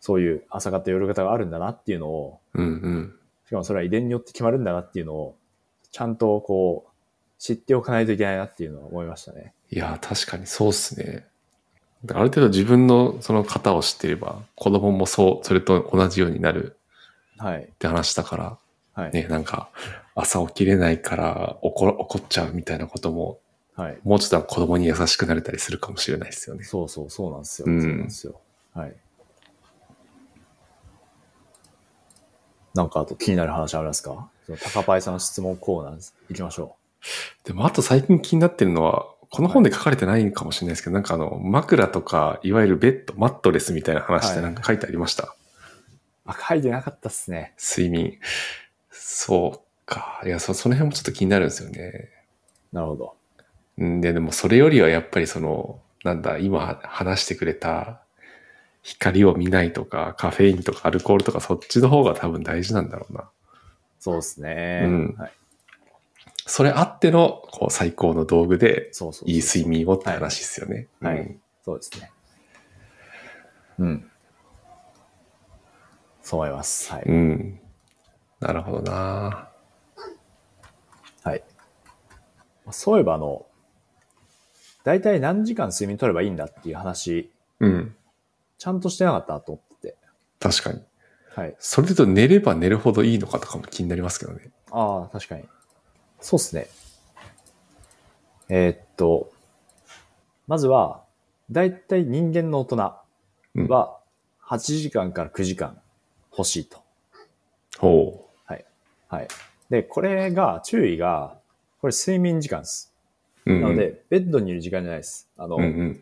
[SPEAKER 1] そういう朝方夜方があるんだなっていうのを、
[SPEAKER 2] うんうん。
[SPEAKER 1] しかもそれは遺伝によって決まるんだなっていうのを、ちゃんとこう、知っておかないといけないなっていうのは思いましたね。
[SPEAKER 2] いや、確かにそうっすね。ある程度自分のその型を知ってれば、子供もそう、それと同じようになる
[SPEAKER 1] はい
[SPEAKER 2] っ。て話だから、
[SPEAKER 1] はい。
[SPEAKER 2] ね、なんか、朝起きれないから怒ら怒っちゃうみたいなことも、
[SPEAKER 1] はい。
[SPEAKER 2] もうちょっとは子供に優しくなれたりするかもしれないですよね。
[SPEAKER 1] そうそう、そうなんですよ。
[SPEAKER 2] うん
[SPEAKER 1] そうなんですよ。はい。なんかあと気になる話ありますかその高パイさんの質問コーナーです行きましょ
[SPEAKER 2] でも、あと最近気になってるのは、この本で書かれてないかもしれないですけど、なんかあの、枕とか、いわゆるベッド、マットレスみたいな話でなんか書いてありました。
[SPEAKER 1] う。あ、書いてなかったっすね。
[SPEAKER 2] 睡眠。そうか。いやそ、その辺もちょっと気になるんですよね。
[SPEAKER 1] なるほど。
[SPEAKER 2] うんで、でもそれよりはやっぱりその、なんだ、今話してくれた、光を見ないとか、カフェインとかアルコールとか、そっちの方が多分大事なんだろうな。
[SPEAKER 1] そうですね。
[SPEAKER 2] うん
[SPEAKER 1] はい。
[SPEAKER 2] それあっての、こう、最高の道具で、
[SPEAKER 1] そうそうそう
[SPEAKER 2] いい睡眠をって話ですよね。
[SPEAKER 1] はい
[SPEAKER 2] うん
[SPEAKER 1] そうですね。うん。そう思います。はい。
[SPEAKER 2] うん。なるほどな
[SPEAKER 1] はい。そういえば、あの、大体何時間睡眠取ればいいんだっていう話、
[SPEAKER 2] うん。
[SPEAKER 1] ちゃんとしてなかったなと思ってて。
[SPEAKER 2] 確かに。
[SPEAKER 1] はい。
[SPEAKER 2] それで言うと寝れば寝るほどいいのかとかも気になりますけどね。
[SPEAKER 1] ああ、確かに。そうっすね。えーっと、まずは、だいたい人間の大
[SPEAKER 2] うん
[SPEAKER 1] 人は8時間から9時間欲しいと。
[SPEAKER 2] ほ
[SPEAKER 1] はい。で、これが、注意が、これ睡眠時間です。
[SPEAKER 2] う。うん、
[SPEAKER 1] なの、で、ベッドにいる時間じゃないです。あの、
[SPEAKER 2] うんうん。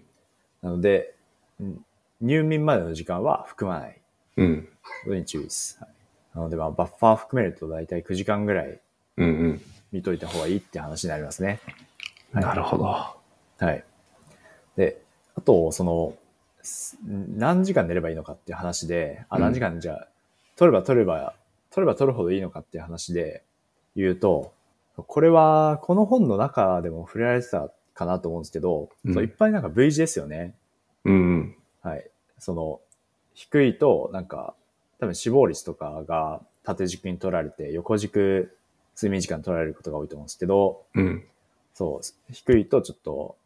[SPEAKER 1] なので、うん入眠までの時間は含まない
[SPEAKER 2] うん。
[SPEAKER 1] ことに注意です。はい、なので、まあ、バッファー含めると大体9時間ぐらい
[SPEAKER 2] うんうん。
[SPEAKER 1] 見といた方がいいって話になりますね。はい
[SPEAKER 2] なるほど。
[SPEAKER 1] はい。で、あと、その、す何時間寝ればいいのかっていう話で、あ、
[SPEAKER 2] うん
[SPEAKER 1] 何時間じゃ、取れば取れば、取れば取るほどいいのかっていう話で言うと、これは、この本の中でも触れられてたかなと思うんですけど、
[SPEAKER 2] うん
[SPEAKER 1] そういっぱいなんか V 字ですよね。
[SPEAKER 2] うんうん。
[SPEAKER 1] はい。その、低いと、なんか、多分死亡率とかが縦軸に取られて、横軸、睡眠時間取られることが多いと思うんですけど、
[SPEAKER 2] うん。
[SPEAKER 1] そう、低いとちょっと、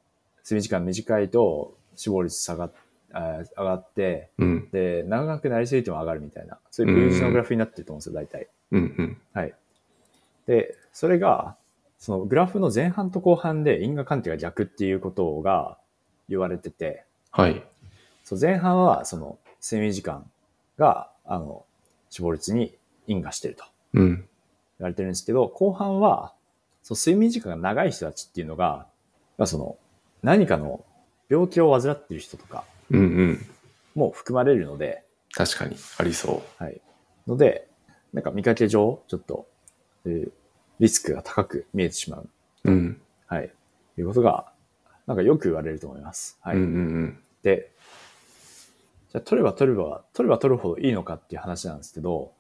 [SPEAKER 1] 睡眠時間短いと死亡率下がっあー上がって、
[SPEAKER 2] うん。
[SPEAKER 1] で、長くなりすぎても上がるみたいな、そういう V 字のグラフになってると思うんですよ、大体。
[SPEAKER 2] うんうん。
[SPEAKER 1] はい。で、それが、そのグラフの前半と後半で因果関係が逆っていうことが言われてて、
[SPEAKER 2] はい。
[SPEAKER 1] そう前半はその睡眠時間が、あの、死亡率に因果してると
[SPEAKER 2] うん。
[SPEAKER 1] 言われてるんですけど、後半は、そう睡眠時間が長い人たちっていうのが、まあその、何かの病気を患っている人とか
[SPEAKER 2] うんうん。
[SPEAKER 1] も含まれるので、
[SPEAKER 2] 確かに、ありそ
[SPEAKER 1] はい。ので、なんか見かけ上、ちょっと、えーリスクが高く見えてしまう。
[SPEAKER 2] う。うん。
[SPEAKER 1] はい。いうことが、なんかよく言われると思います。はい。
[SPEAKER 2] うんうん
[SPEAKER 1] で、じゃあ取れば取れば、取れば取るほどいいのかっていう話なんですけど、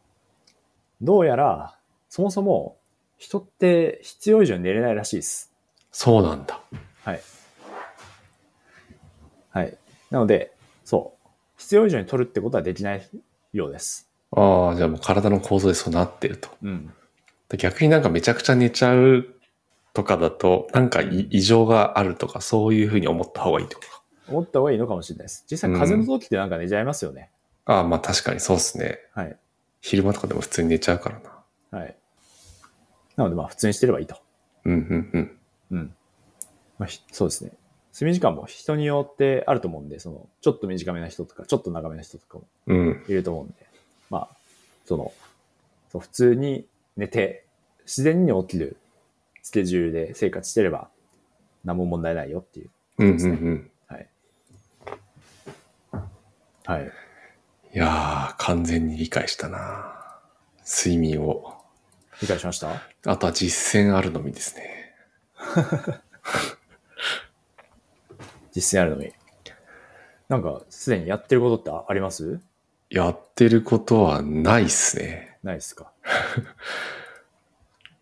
[SPEAKER 1] どうやら、そもそも人って必要以上に寝れないらしいです。
[SPEAKER 2] そうなんだ。
[SPEAKER 1] はい。はい。なので、そう。必要以上に取るってことはできないようです。
[SPEAKER 2] ああ、じゃあもう体の構造でそうなってると。
[SPEAKER 1] うん。
[SPEAKER 2] で逆になんかめちゃくちゃ寝ちゃうとかだと、なんかい異常があるとか、そういうふうに思った方がいいってことか。
[SPEAKER 1] 思った方がいいのかもしれないです。実際風邪の時ってなんか寝ちゃいますよね。
[SPEAKER 2] ああ、まあ確かにそうですね。
[SPEAKER 1] はい。
[SPEAKER 2] 昼間とかでも普通に寝ちゃうからな。
[SPEAKER 1] はい。なのでまあ普通にしてればいいと。
[SPEAKER 2] うんうんうん。
[SPEAKER 1] うん。まあ、ひそうですね。睡眠時間も人によってあると思うんで、その、ちょっと短めな人とか、ちょっと長めな人とかも
[SPEAKER 2] うん。
[SPEAKER 1] いると思うんで、まあ、その、そう普通に寝て、自然に起きるスケジュールで生活してれば、何も問題ないよっていう。
[SPEAKER 2] うんうん
[SPEAKER 1] そううです
[SPEAKER 2] ん。
[SPEAKER 1] はい。はい。
[SPEAKER 2] いやー、完全に理解したな。睡眠を。
[SPEAKER 1] 理解しました
[SPEAKER 2] あとは実践あるのみですね。
[SPEAKER 1] 実践あるのに。なんか、すでにやってることってああります
[SPEAKER 2] やってることはないっすね。
[SPEAKER 1] ないですか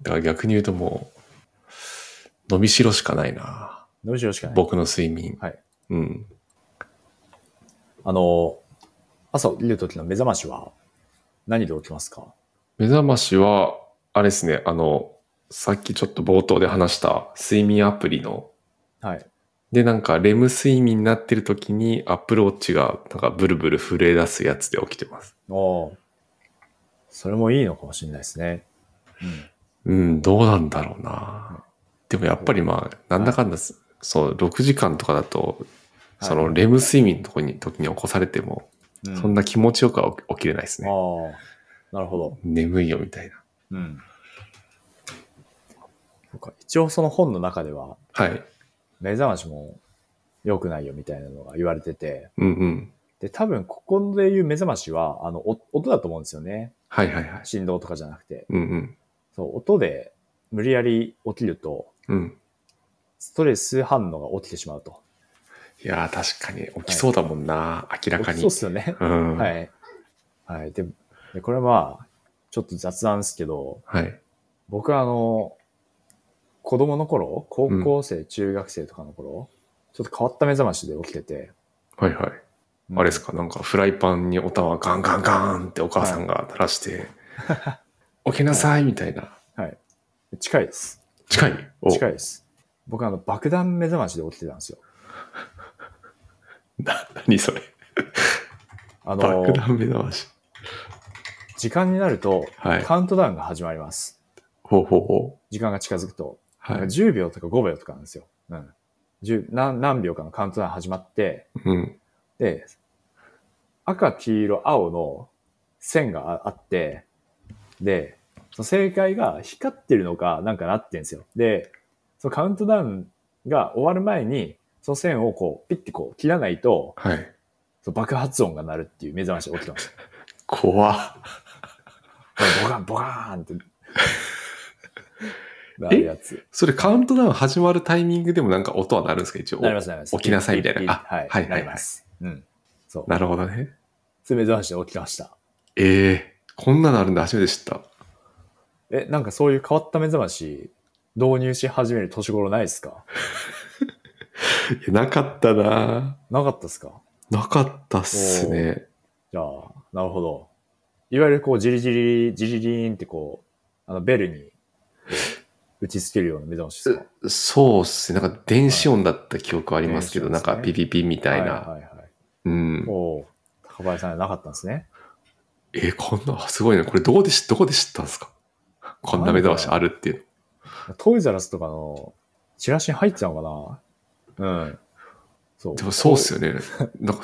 [SPEAKER 2] だから逆に言うともう、伸びしろしかないな。
[SPEAKER 1] 伸びしろしかない。
[SPEAKER 2] 僕の睡眠。
[SPEAKER 1] はい。
[SPEAKER 2] うん。
[SPEAKER 1] あの、朝起きるときの目覚ましは何で起きますか
[SPEAKER 2] 目覚ましは、あれですね、あの、さっきちょっと冒頭で話した睡眠アプリの、
[SPEAKER 1] はい。
[SPEAKER 2] で、なんか、レム睡眠になってる時に、アップルウォッチが、なんか、ブルブル震え出すやつで起きてます。
[SPEAKER 1] おーそれもいいのかもしれないですね。
[SPEAKER 2] うん、どうなんだろうな。でもやっぱりまあ、なんだかんだす、そう、6時間とかだと、
[SPEAKER 1] はい
[SPEAKER 2] その、レム睡眠のとこに、時に起こされても、
[SPEAKER 1] うん。
[SPEAKER 2] そん
[SPEAKER 1] な。
[SPEAKER 2] な気持ちよくは起きれないです
[SPEAKER 1] あ
[SPEAKER 2] ね。
[SPEAKER 1] あ、なるほど。
[SPEAKER 2] 眠いよ、みたいな。
[SPEAKER 1] うん。そうか一応その本の中では、
[SPEAKER 2] はい。
[SPEAKER 1] 目覚ましも良くないよみたいなのが言われてて、
[SPEAKER 2] うんうん。
[SPEAKER 1] で、多分ここで言う目覚ましは、あの、お音だと思うんですよね。
[SPEAKER 2] はいはいはい。
[SPEAKER 1] 振動とかじゃなくて。
[SPEAKER 2] うんうん。
[SPEAKER 1] そう、音で無理やり起きると、
[SPEAKER 2] うん。
[SPEAKER 1] ストレス反応が起きてしまうと。
[SPEAKER 2] いやー、確かに起きそうだもんな、明らかに。
[SPEAKER 1] そうっすよね。
[SPEAKER 2] うん。は。
[SPEAKER 1] はいい。はい。で、でこれはまあ、ちょっと雑談ですけど、僕はあの、子供の頃、高校生、中学生とかの頃、ちょっと変わった目覚ましで起きてて。
[SPEAKER 2] はいはい。あれですか、なんかフライパンにおたまガンガンガンってお母さんが垂らして、起きなさいみたいな。
[SPEAKER 1] はい。近いです。
[SPEAKER 2] 近いお
[SPEAKER 1] 近いです。僕あの、爆弾目覚ましで起きてたんですよ。
[SPEAKER 2] な、何それ。
[SPEAKER 1] あの
[SPEAKER 2] 爆、弾目覚まし。
[SPEAKER 1] 時間になると、
[SPEAKER 2] はい。
[SPEAKER 1] カウントダウンが始まります。
[SPEAKER 2] ほうほうほう。
[SPEAKER 1] 時間が近づくと。
[SPEAKER 2] はい。
[SPEAKER 1] 10秒とか5秒とかなんですよ。うん。10何何秒かのカウントダウン始まって、
[SPEAKER 2] うん。
[SPEAKER 1] で、赤、黄色、青の線がああって、で、その正解が光ってるのかなんかなってんですよ。で、そのカウントダウンが終わる前に、その線をこう、ピッてこう切らないと、
[SPEAKER 2] はい。
[SPEAKER 1] その爆発音が鳴るっていう目覚ましが起きてました。
[SPEAKER 2] 怖っ
[SPEAKER 1] ボカン、ボカー
[SPEAKER 2] (laughs)
[SPEAKER 1] ンって。なるやつ。
[SPEAKER 2] それカウントダウン始まるタイミングでもなんか音は鳴るんですか一応。
[SPEAKER 1] なります、なります。
[SPEAKER 2] 起きなさいみたいな
[SPEAKER 1] ピッピッピッ
[SPEAKER 2] あ
[SPEAKER 1] はい、
[SPEAKER 2] はい
[SPEAKER 1] なります。うん。そう。
[SPEAKER 2] なるほどね。
[SPEAKER 1] それ目覚ましで起きました。
[SPEAKER 2] ええこんなのあるんだ初めて知った。
[SPEAKER 1] え、なんかそういう変わった目覚まし、導入し始める年頃ないですか
[SPEAKER 2] いやなかったな
[SPEAKER 1] なかったですか
[SPEAKER 2] なかったっすね。
[SPEAKER 1] じゃあ、なるほど。いわゆるこう、ジリジリ、ジリリーンってこう、あの、ベルにこう打ちつけるような目覚ましですか
[SPEAKER 2] そうっすね。なんか電子音だった記憶はありますけど、
[SPEAKER 1] はい
[SPEAKER 2] なんかピピピみたいな。
[SPEAKER 1] はいはいはい。
[SPEAKER 2] うん。
[SPEAKER 1] おお高林さんはなかったんですね。
[SPEAKER 2] えーこんな、すごいね。これどこで知、どこで知ったんですかこんな目覚ましあるっていう
[SPEAKER 1] トイザラスとかのチラシに入ってたのかなうん。そう。
[SPEAKER 2] の。でもそうっす
[SPEAKER 1] よ。
[SPEAKER 2] よね。なんか、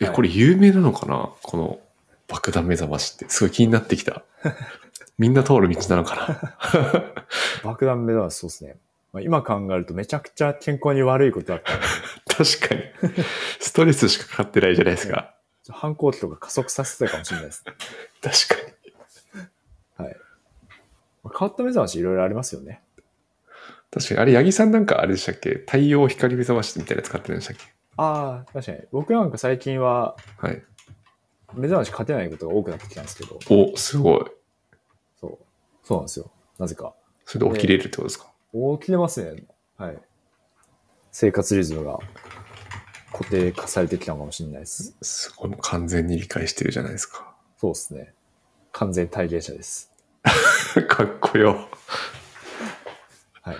[SPEAKER 2] え、
[SPEAKER 1] はい
[SPEAKER 2] これ有名なのかなこの爆弾目覚ましって。すごい気になってきた。みんな通る道なの (laughs) かな
[SPEAKER 1] 爆弾目覚ましそうですね。まあ、今考えるとめちゃくちゃ健康に悪いことだったんで
[SPEAKER 2] 確かに。ストレスしかかかってないじゃないですか。
[SPEAKER 1] ちょ反抗期とか加速させてたかもしれないです。
[SPEAKER 2] 確かに。
[SPEAKER 1] まあ変わった目覚ましいろいろありますよね。
[SPEAKER 2] 確かに。あれ、八木さんなんかあれでしたっけ太陽光目覚ましみたいなやつ買ってるんでしたっけ
[SPEAKER 1] ああ、確かに。僕なんか最近は
[SPEAKER 2] はい。
[SPEAKER 1] 目覚まし勝てないことが多くなってきたんですけど、
[SPEAKER 2] お、すごい。
[SPEAKER 1] そう。そうなんですよ。なぜか。
[SPEAKER 2] それで起きれるってことですか、
[SPEAKER 1] 起きれますね。はい。生活リズムが固定化されてきたのかもしれないです。
[SPEAKER 2] すごい。もう完全に理解してるじゃないですか。
[SPEAKER 1] そうですね。完全体現者です。
[SPEAKER 2] (laughs) かっこよ。
[SPEAKER 1] はい。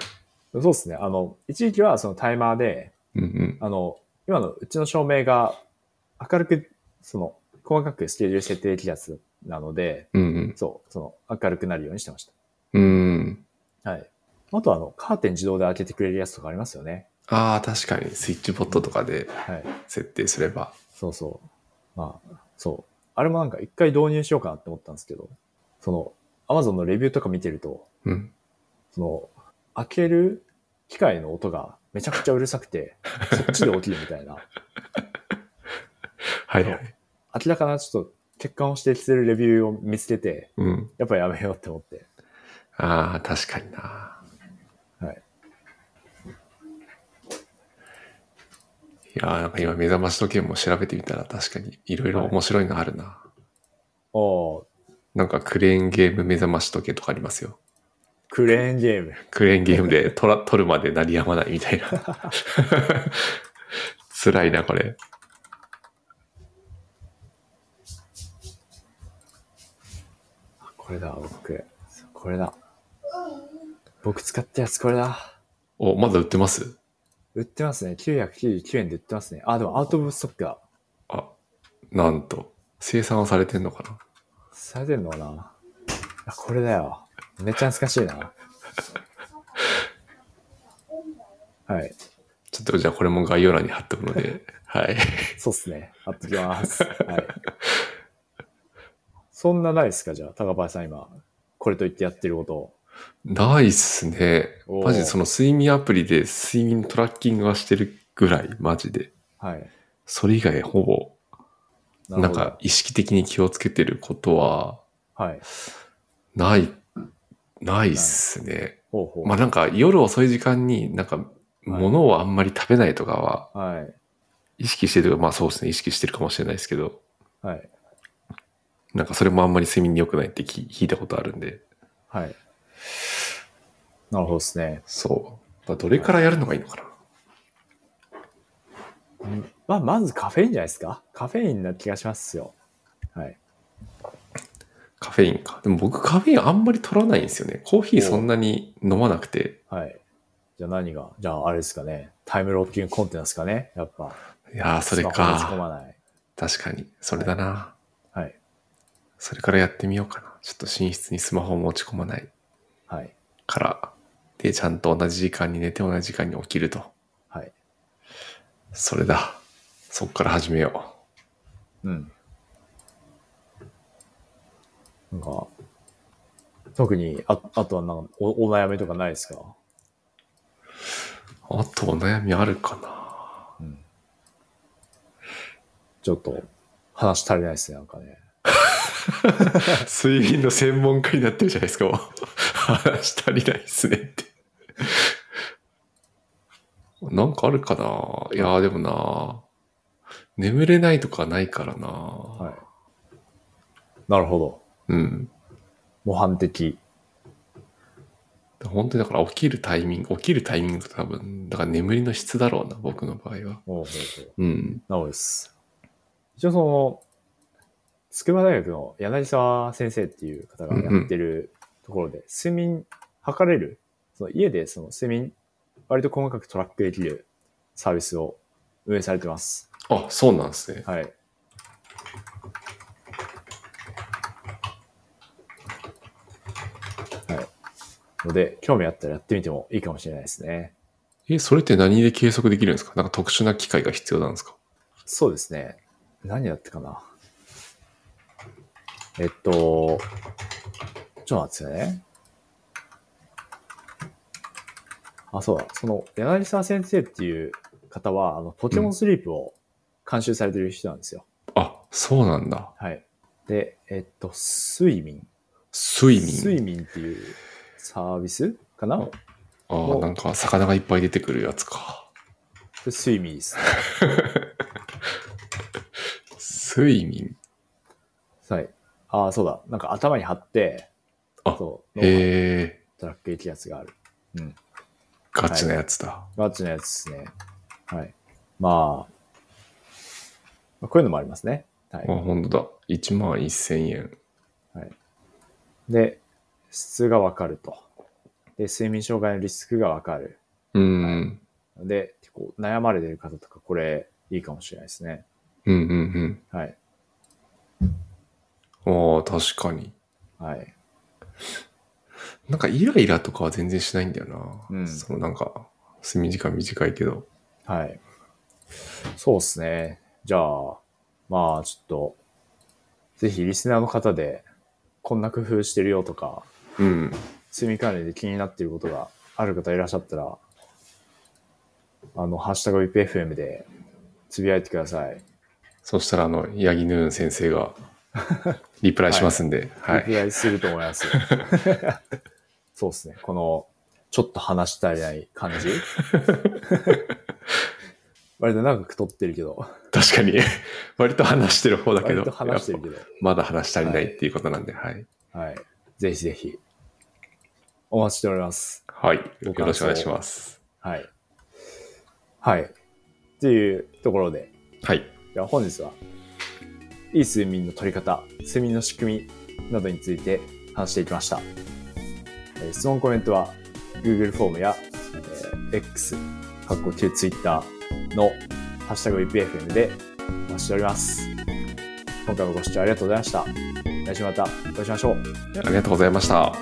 [SPEAKER 1] そうですね。あの、一時期はそのタイマーで、
[SPEAKER 2] うんうん。
[SPEAKER 1] あの、今のうちの照明が明るく、その、細かくスケジュール設定できるやつなので、
[SPEAKER 2] うん
[SPEAKER 1] そう、その、明るくなるようにしてまし
[SPEAKER 2] うん。うん。
[SPEAKER 1] た。はい。あと、あの、カーテン自動で開けてくれるやつとかありますよね。
[SPEAKER 2] ああ、確かに。スイッチボットとかで
[SPEAKER 1] はい。
[SPEAKER 2] 設定すれば。
[SPEAKER 1] そうそう。まあ、そう。あれもなんか一回導入しようかなって思ったんですけど、その、Amazon のレビューとか見てると、
[SPEAKER 2] うん。
[SPEAKER 1] その、開ける機械の音がめちゃくちゃうるさくて、 (laughs) そっちで起きるみたいな、
[SPEAKER 2] はいはい。
[SPEAKER 1] 明らかなちょっと欠陥を指摘するレビューを見つけて、
[SPEAKER 2] うん。
[SPEAKER 1] やっぱやめようって思って。
[SPEAKER 2] ああ、確かにな。
[SPEAKER 1] はい。
[SPEAKER 2] いやーなんか今、目覚まし時計も調べてみたら確かにいろいろ面白いのあるな。
[SPEAKER 1] おー
[SPEAKER 2] なんかクレーンゲーム目覚まし時計とかありますよ。
[SPEAKER 1] クレーンゲーム。
[SPEAKER 2] クレーンゲームで取ら取るまで鳴りやまないみたいな。 (laughs) 辛いな、これ。
[SPEAKER 1] これだ、僕。これだ。僕使ったやつこれだ。
[SPEAKER 2] お、まだ売ってます
[SPEAKER 1] 売ってますね。999円で売ってますね。あ、でもアウトオブストックだ。
[SPEAKER 2] あ、なんと。生産はされてんのかな
[SPEAKER 1] されてるのかなあこれだよ。めっちゃ懐かしいな。はい。
[SPEAKER 2] ちょっとじゃあこれも概要欄に貼っとくの
[SPEAKER 1] (laughs)
[SPEAKER 2] で、はい。
[SPEAKER 1] そうっすね。貼っときます。はい。そんなないですかじゃあ、高林さん今、これと言ってやってることを。
[SPEAKER 2] ないっすね。
[SPEAKER 1] おー
[SPEAKER 2] マジでその睡眠アプリで睡眠トラッキングはしてるぐらい、マジで。
[SPEAKER 1] はい。
[SPEAKER 2] それ以外ほぼ、
[SPEAKER 1] る
[SPEAKER 2] なん
[SPEAKER 1] ほど
[SPEAKER 2] か、意識的に気をつけてることは、
[SPEAKER 1] はい。
[SPEAKER 2] ない、ないっすね。
[SPEAKER 1] ほうほう。
[SPEAKER 2] まあなんか夜遅い時間になんか物をあんまり食べないとかは
[SPEAKER 1] はい。
[SPEAKER 2] 意識してるとか、まあそうですね、意識してるかもしれないですけど、
[SPEAKER 1] はい。
[SPEAKER 2] なんかそれもあんまり睡眠に良くないって聞聞いたことあるんで、
[SPEAKER 1] はい。なるほどですね。
[SPEAKER 2] そう。だからどれからやるのがいいのかな。
[SPEAKER 1] うんまあ、まずカフェインじゃないですかカフェインな気がしますよ。はい。
[SPEAKER 2] カフェインか。でも僕カフェインあんまり取らないんですよね。コーヒーそんなに飲まなくて。
[SPEAKER 1] はい。じゃあ何がじゃああれですかね。タイムロッキングコンテナですかねやっぱ。
[SPEAKER 2] いやー、それ
[SPEAKER 1] スマホに突っ込
[SPEAKER 2] か。
[SPEAKER 1] まない。
[SPEAKER 2] 確かに。それだな。
[SPEAKER 1] はい。
[SPEAKER 2] それからやってみようかな。ちょっと寝室にスマホを持ち込まない
[SPEAKER 1] はい。
[SPEAKER 2] から。で、ちゃんと同じ時間に寝て同じ時間に起きると。
[SPEAKER 1] はい。
[SPEAKER 2] それだ。そっから始めよ
[SPEAKER 1] うん。なんか、特に、ああとはなんかお、お悩みとかないですか
[SPEAKER 2] う。あとお悩みあるかな
[SPEAKER 1] ちょっと、話足りないですね、なんかね。
[SPEAKER 2] 睡眠の専門家になってるじゃないですか。もう話足りないっすねって。なんかあるかないやーでもな眠れないとかないからな、
[SPEAKER 1] はい。なるほど。
[SPEAKER 2] うん。
[SPEAKER 1] 模範的。
[SPEAKER 2] 本当にだから起きるタイミング、起きるタイミングと多分、だから眠りの質だろうな、僕の場合は。
[SPEAKER 1] おうおう
[SPEAKER 2] うん。
[SPEAKER 1] おうなおです。一応その、筑波大学の柳沢先生っていう方がやってるところで、睡眠測れる、その家でその睡眠、割と細かくトラックできるサービスを運営されてます。
[SPEAKER 2] あ、そうなんですね。
[SPEAKER 1] はい。はい。ので、興味あったらやってみてもいいかもしれないですね。
[SPEAKER 2] え、それって何で計測できるんですかなんか特殊な機械が必要なんですか
[SPEAKER 1] そうですね。何だったかな。えっと、ちょっと待ってくださいね。あ、そうだ。その、柳沢先生っていう方は、あの、ポケモンスリープを監修されてる人なんですよ。
[SPEAKER 2] あ、そうなんだ。
[SPEAKER 1] はい。で、えっと、睡眠。
[SPEAKER 2] 睡眠。
[SPEAKER 1] 睡眠っていうサービスかな
[SPEAKER 2] あああ、なんか魚がいっぱい出てくるやつか。
[SPEAKER 1] 睡眠です。
[SPEAKER 2] 睡眠。
[SPEAKER 1] はい。ああ、そうだ。なんか頭に貼って、
[SPEAKER 2] あ
[SPEAKER 1] そう、脳波
[SPEAKER 2] へえ、
[SPEAKER 1] トラックできるやつがある。
[SPEAKER 2] ガチなやつだ。
[SPEAKER 1] ガチなやつですね。はい。まあ、まあこういうのもありますね。は
[SPEAKER 2] あ、
[SPEAKER 1] い。
[SPEAKER 2] 本当だ。1万1000円。
[SPEAKER 1] で、質がわかると。で、睡眠障害のリスクがわかる。
[SPEAKER 2] うん、
[SPEAKER 1] で、結構悩まれてる方とか、これ、いいかもしれないですね。
[SPEAKER 2] うん、うん、
[SPEAKER 1] はい。
[SPEAKER 2] うん。ああ、確かに。
[SPEAKER 1] はい。
[SPEAKER 2] なんかイライラとかは全然しないんだよな。
[SPEAKER 1] うん
[SPEAKER 2] そのなんか、睡眠時間短いけど。
[SPEAKER 1] はい。そうですね。じゃあ、まあ、ちょっと、ぜひリスナーの方で、こんな工夫してるよとか、
[SPEAKER 2] うん。
[SPEAKER 1] 睡眠管理で気になっていることがある方いらっしゃったら、あの、ハッシュタグ VPFM でつぶやいてください。
[SPEAKER 2] そしたら、あの、ヤギヌーン先
[SPEAKER 1] (laughs)
[SPEAKER 2] 生が、リプライしますんで、は
[SPEAKER 1] リプ
[SPEAKER 2] い。
[SPEAKER 1] ライすると思い
[SPEAKER 2] (laughs)
[SPEAKER 1] ます。そうですね。この、ちょっと話したりない感
[SPEAKER 2] (laughs)
[SPEAKER 1] じ。割と長く取ってるけど、
[SPEAKER 2] 確かに、 (laughs) 割と話してる方だけど、
[SPEAKER 1] 割と話してる
[SPEAKER 2] やっ
[SPEAKER 1] けど。
[SPEAKER 2] ぱまだ話足りないっていうことなんで、はい。
[SPEAKER 1] はい。ぜひぜひ、お待ちしております。
[SPEAKER 2] はい。よ
[SPEAKER 1] ご感想
[SPEAKER 2] ろしくお願いします。
[SPEAKER 1] はい。はい。っていうところで、
[SPEAKER 2] はい。
[SPEAKER 1] では本日は、いい睡眠の取り方、睡眠の仕組みなどについて話していきました。えー質問コメントは、Google フォームや、えー X、かっこ Q Twitter のハッシュタグ VPFM でお待ちしております。今回もご視聴ありがとうございました。来週またお会いしましょう。
[SPEAKER 2] ありがとうございました。